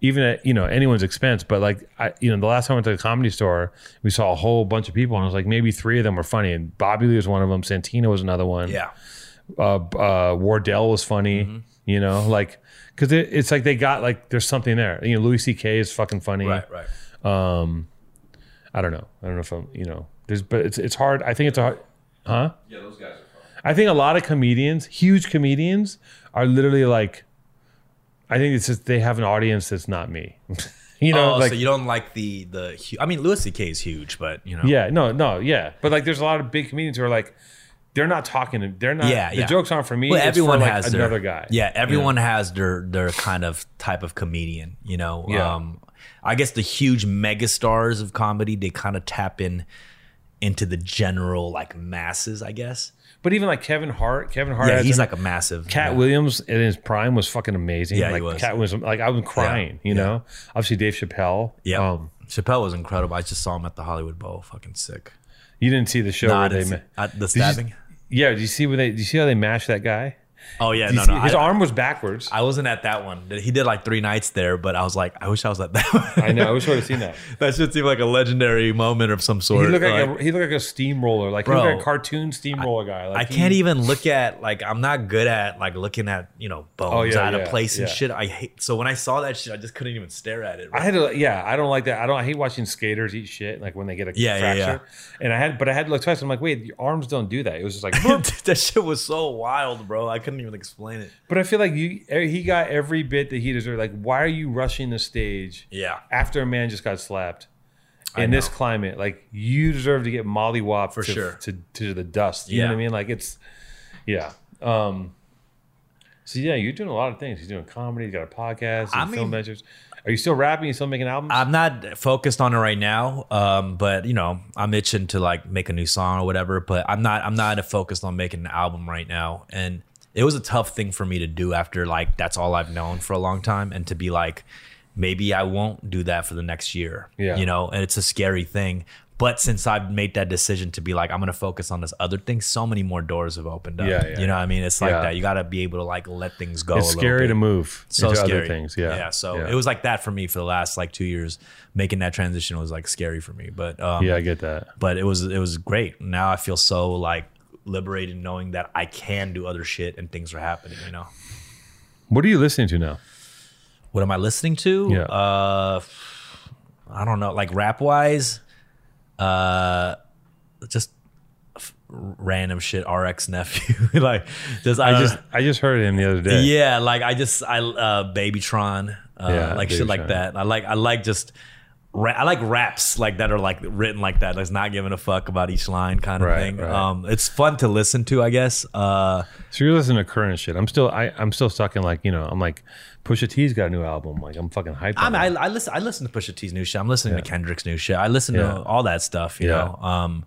A: even at you know anyone's expense but like i you know the last time i went to the comedy store we saw a whole bunch of people and i was like maybe three of them were funny and bobby lee was one of them santino was another one
B: yeah.
A: uh, uh, Wardell was funny,
B: Mm-hmm.
A: you know, like because it, it's like they got like there's something there. You know, Louis C.K. is fucking funny.
B: Right. Right.
A: I don't know. I don't know if I'm, you know, there's but it's it's hard. I think it's a hard.
C: Yeah, those guys are fun.
A: I think a lot of comedians, huge comedians, are literally like, I think it's just they have an audience that's not me. *laughs* you know,
B: oh,
A: like
B: so you don't like the the. hu- I mean, Louis C.K. is huge, but you know.
A: yeah, no, no, yeah. But like, there's a lot of big comedians who are like. They're not talking. to- They're not.
B: Yeah,
A: the
B: yeah.
A: jokes aren't for me.
B: Well,
A: it's for,
B: everyone
A: like,
B: has
A: another
B: their,
A: guy.
B: Yeah, everyone has their their kind of type of comedian. You know,
A: Yeah.
B: um, I guess the huge megastars of comedy they kind of tap in into the general like masses. I guess.
A: But even like Kevin Hart, Kevin Hart.
B: yeah,
A: has
B: he's
A: an-
B: like a massive
A: Cat
B: yeah.
A: Williams in his prime was fucking amazing.
B: Yeah, he
A: like
B: was.
A: Cat was like I was crying, you know. Obviously Dave Chappelle.
B: Yeah,
A: Um,
B: Chappelle was incredible. I just saw him at the Hollywood Bowl. Fucking sick.
A: you didn't see the show
B: Nah, I
A: where they
B: didn't see-
A: ma-
B: I- the
A: you-
B: stabbing.
A: Yeah, did you see where they did you see how they mashed that guy?
B: Oh yeah,
A: Did you
B: no, no.
A: see- his
B: I,
A: arm was backwards. I,
B: I wasn't at that one. He did like three nights there, but I was like, I wish I was at that *laughs* one.
A: know. I wish I would have seen
B: *laughs*
A: that.
B: that should seem like a legendary moment of some sort.
A: He looked like,
B: Like,
A: a, he looked like a steamroller, like he
B: Bro.
A: looked like a cartoon steamroller guy. Like
B: I
A: he-
B: can't even look at like I'm not good at like looking at you know bones
A: Oh, yeah,
B: out of
A: yeah,
B: place and
A: yeah.
B: shit. I hate so when I saw that shit, I just couldn't even stare at it.
A: I had to, yeah, I don't like that. I don't. I hate watching skaters eat shit, like when they get a
B: Yeah, yeah,
A: fracture.
B: yeah.
A: And I had, but I had to look twice. I'm like, wait, your arms don't do that. It was just like, *laughs*
B: bro. that shit was so wild, bro. I couldn't even explain it.
A: but I feel like you, eh, he got every bit that he deserved. Like, why are you rushing the stage
B: Yeah,
A: after a man just got slapped in this climate? Like, you deserve to get mollywopped for
B: sure.
A: to to the dust. You
B: Yeah.
A: know what I mean? Like, it's yeah. Um. So yeah, you're doing a lot of things. You're doing comedy. You got a podcast.
B: I
A: And film
B: mean-
A: measures. Are you still rapping? You still making albums?
B: I'm not focused on it right now, um, but you know, I'm itching to like make a new song or whatever. But I'm not, I'm not focused on making an album right now. And it was a tough thing for me to do after like that's all I've known for a long time, and to be like, maybe I won't do that for the next year.
A: Yeah.
B: you know, and it's a scary thing. But since I've made that decision to be like, I'm gonna focus on this other thing, so many more doors have opened up.
A: Yeah, yeah,
B: you know what I mean? It's like
A: Yeah.
B: that. You gotta be able to like let things go.
A: it's
B: a little
A: scary
B: bit
A: to move
B: so
A: into
B: scary.
A: other things. Yeah.
B: yeah. So it was like that for me for the last like two years. Making that transition was like scary for me, but um,
A: Yeah, I get that.
B: but it was it was great. Now I feel so like liberated knowing that I can do other shit and things are happening. You know,
A: What are you listening to now?
B: what am I listening to?
A: Yeah.
B: Uh, I don't know. Like rap wise, uh, just f- random shit. RX nephew, *laughs* like just
A: Uh,
B: I just
A: I just heard him the other day.
B: Yeah, like I just I uh Babytron, uh,
A: Yeah,
B: like shit like
A: Babytron.
B: that. I like I like just ra- I like raps like that are like written like that. That's not giving a fuck about each line kind of
A: Right,
B: thing.
A: right.
B: Um it's fun to listen to, I guess. Uh
A: So you're listening to current shit. I'm still I I'm still stuck in like you know I'm like Pusha T's got a new album. Like I'm fucking hyped.
B: I
A: on
B: mean,
A: it.
B: I, I listen. I listen to Pusha T's new shit. I'm listening to Kendrick's new shit. I listen
A: Yeah.
B: to all that stuff. You
A: Yeah.
B: know. Um,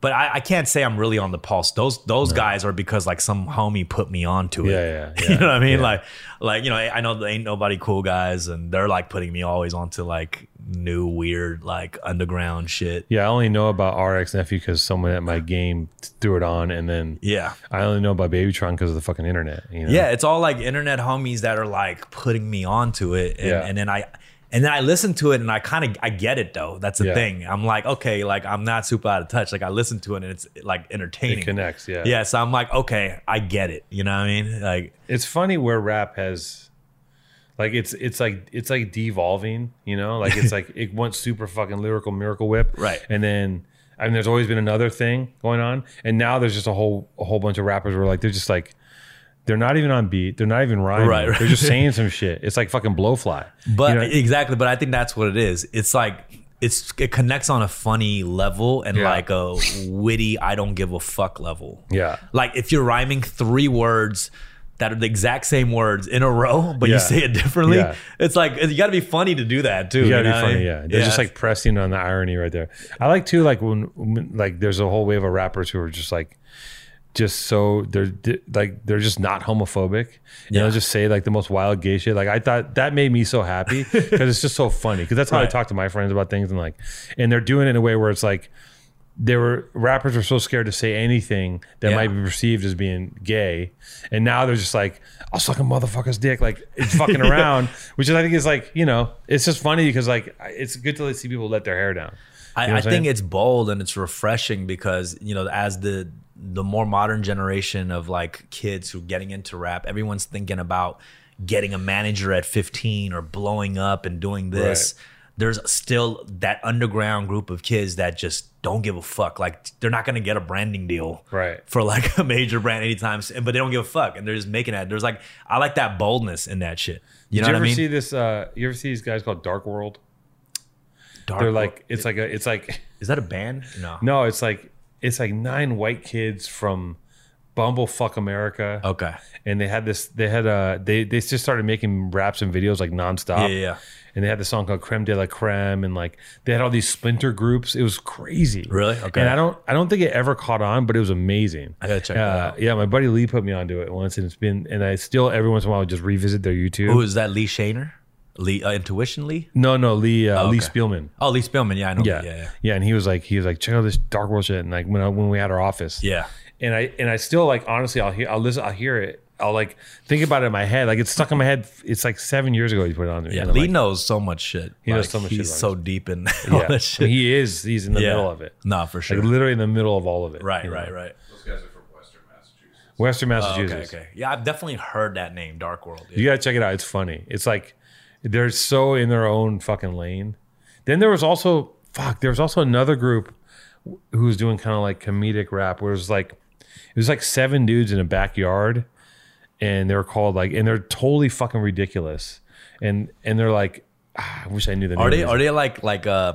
B: but I, I can't say I'm really on the pulse. Those those guys are because like some homie put me onto it.
A: Yeah, yeah,
B: *laughs* you know what I mean? Like, like you know, I know they ain't nobody cool guys, and they're like putting me always onto like new weird like underground shit.
A: yeah, I only know about RX Nephew because someone at my game threw it on, and then
B: Yeah.
A: I only know about Babytron because of the fucking internet. You know?
B: Yeah, it's all like internet homies that are like putting me onto it, and,
A: Yeah.
B: and then I, and then I listen to it, and I kind of I get it though. That's the
A: Yeah.
B: thing. I'm like, okay, like I'm not super out of touch. Like I listen to it, and it's like entertaining.
A: it connects. Yeah,
B: Yeah, so I'm like, okay, I get it. You know what I mean? Like,
A: It's funny where rap has. Like it's it's like it's like devolving, you know. Like it's like it went super fucking lyrical miracle whip,
B: Right.
A: And then I mean, there's always been another thing going on, and now there's just a whole a whole bunch of rappers where like they're just like they're not even on beat, they're not even rhyming,
B: Right, right.
A: they're just
B: *laughs*
A: saying some shit. It's like fucking blowfly.
B: but
A: You know?
B: exactly. But I think that's what it is. It's like it's it connects on a funny level and
A: Yeah.
B: like a witty, I don't give a fuck level.
A: yeah,
B: Like if you're rhyming three words that are the exact same words in a row, but you
A: Yeah.
B: say it differently,
A: Yeah.
B: it's like you got to be funny to do that too.
A: you gotta
B: know
A: be
B: what I
A: funny.
B: mean?
A: Yeah, they're just like pressing on the irony right there. I like too, like when, when like there's a whole wave of rappers who are just like. Just so they're di- like they're just not homophobic. You know,
B: Yeah.
A: just say like the most wild gay shit. Like I thought that made me so happy
B: *laughs*
A: because it's just so funny. Because that's how I
B: Right.
A: talk to my friends about things and like, and they're doing it in a way where it's like they were rappers were so scared to say anything that
B: Yeah.
A: might be perceived as being gay, and now they're just like, "I'll suck a motherfucker's dick," like it's
B: *laughs*
A: fucking around, which is I think is like you know, it's just funny because like I- it's good to see people let their hair down. You know
B: I, I
A: what I'm
B: think
A: saying?
B: it's bold and it's refreshing because you know as the the more modern generation of like kids who are getting into rap, everyone's thinking about getting a manager at 15 or blowing up and doing this. There's still that underground group of kids that just don't give a fuck. Like they're not gonna get a branding deal
A: Right.
B: for like *laughs* a major brand anytime soon, but they don't give a fuck and they're just making that. There's like I like that boldness in that shit. You
A: Did you
B: know what
A: ever
B: I mean?
A: see this? Uh, you ever see these guys called Dark World?
B: Dark
A: They're
B: Lord-
A: like it's like a it's like
B: is that a band? No.
A: no, it's like it's like nine white kids from Bumblefuck America.
B: Okay.
A: and they had this they had uh they they just started making raps and videos like nonstop.
B: Yeah, yeah, yeah.
A: And they had this song called Creme de la Creme and like they had all these splinter groups. It was crazy.
B: Really? Okay.
A: And I don't I don't think it ever caught on, but it was amazing.
B: I gotta check
A: uh,
B: that
A: Yeah, my buddy Lee put me onto it once and it's been and I still every once in a while just revisit their YouTube.
B: Who is that? Lee Shaner? Lee uh, Intuition Lee?
A: no, no, Lee uh, Lee
B: okay.
A: Spielman.
B: Oh, Lee Spillman. Yeah, I know.
A: Yeah.
B: yeah, yeah.
A: and he was like he was like, check out this dark world shit and like when I, when we had our office.
B: yeah.
A: and I and I still like honestly I'll hear I'll listen I'll hear it I'll like think about it in my head. Like it's stuck in my head. It's like seven years ago he put it on to me.
B: Yeah,
A: And I'm
B: Lee
A: like,
B: knows so much shit. He
A: knows so much shit
B: He's
A: about
B: so deep in *laughs* all
A: yeah.
B: that shit.
A: He is. He's in the middle of it.
B: No, for sure.
A: Like literally in the middle of all of it.
B: right,
A: you know?
B: right, right.
C: Those guys are from Western Massachusetts.
A: Western
B: Oh,
A: Massachusetts.
B: okay, okay. Yeah, I've definitely heard that name, Dark World.
A: You gotta check it out. It's funny. It's like they're so in their own fucking lane. Then there was also fuck. There was also another group who was doing kind of like comedic rap, where it was like it was like seven dudes in a backyard, and they were called like, and they're totally fucking ridiculous, and and they're like, ah, I wish I knew the name.
B: Are
A: of
B: they
A: these.
B: are they like like uh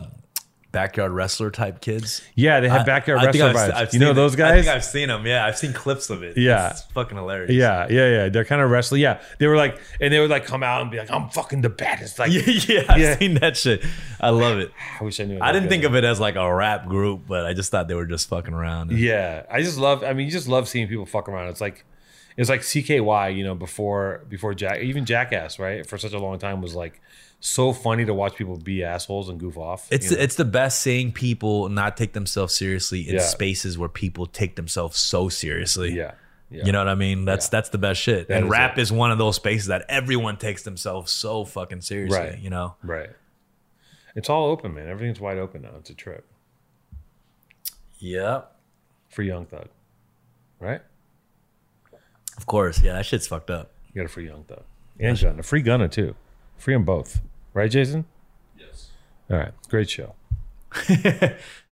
B: backyard wrestler type kids?
A: yeah, they have backyard wrestler
B: I've-
A: vibes.
B: I've
A: you know
B: seen
A: those
B: it.
A: guys?
B: I think I've seen them. Yeah, I've seen clips of it.
A: Yeah.
B: it's fucking hilarious.
A: Yeah, yeah, yeah. They're kind of wrestling. Yeah, they were like, and they would like come out and be like, "I'm fucking the baddest." Like,
B: *laughs* yeah, *laughs* yeah. I've
A: Yeah.
B: seen that shit. I love it.
A: I wish I knew.
B: I
A: that
B: didn't
A: guy.
B: think of it as like a rap group, but I just thought they were just fucking around.
A: Yeah, I just love. I mean, you just love seeing people fuck around. It's like, it's like CKY. You know, before before Jack, even Jackass, right? For such a long time was like so funny to watch people be assholes and goof off.
B: It's
A: you know?
B: it's the best seeing people not take themselves seriously in
A: Yeah.
B: spaces where people take themselves so seriously.
A: yeah, yeah,
B: You know what I mean? That's that's the best shit. and
A: is
B: rap is one of those spaces that everyone takes themselves so fucking seriously.
A: Right.
B: You know?
A: right. It's all open, man. Everything's wide open now. It's a trip
B: Yeah.
A: for Young Thug, right?
B: Of course. Yeah, that shit's fucked up.
A: You got a free Young Thug and Gunna, free Gunna too, free them both, right, Jason?
C: Yes.
A: All right, great show.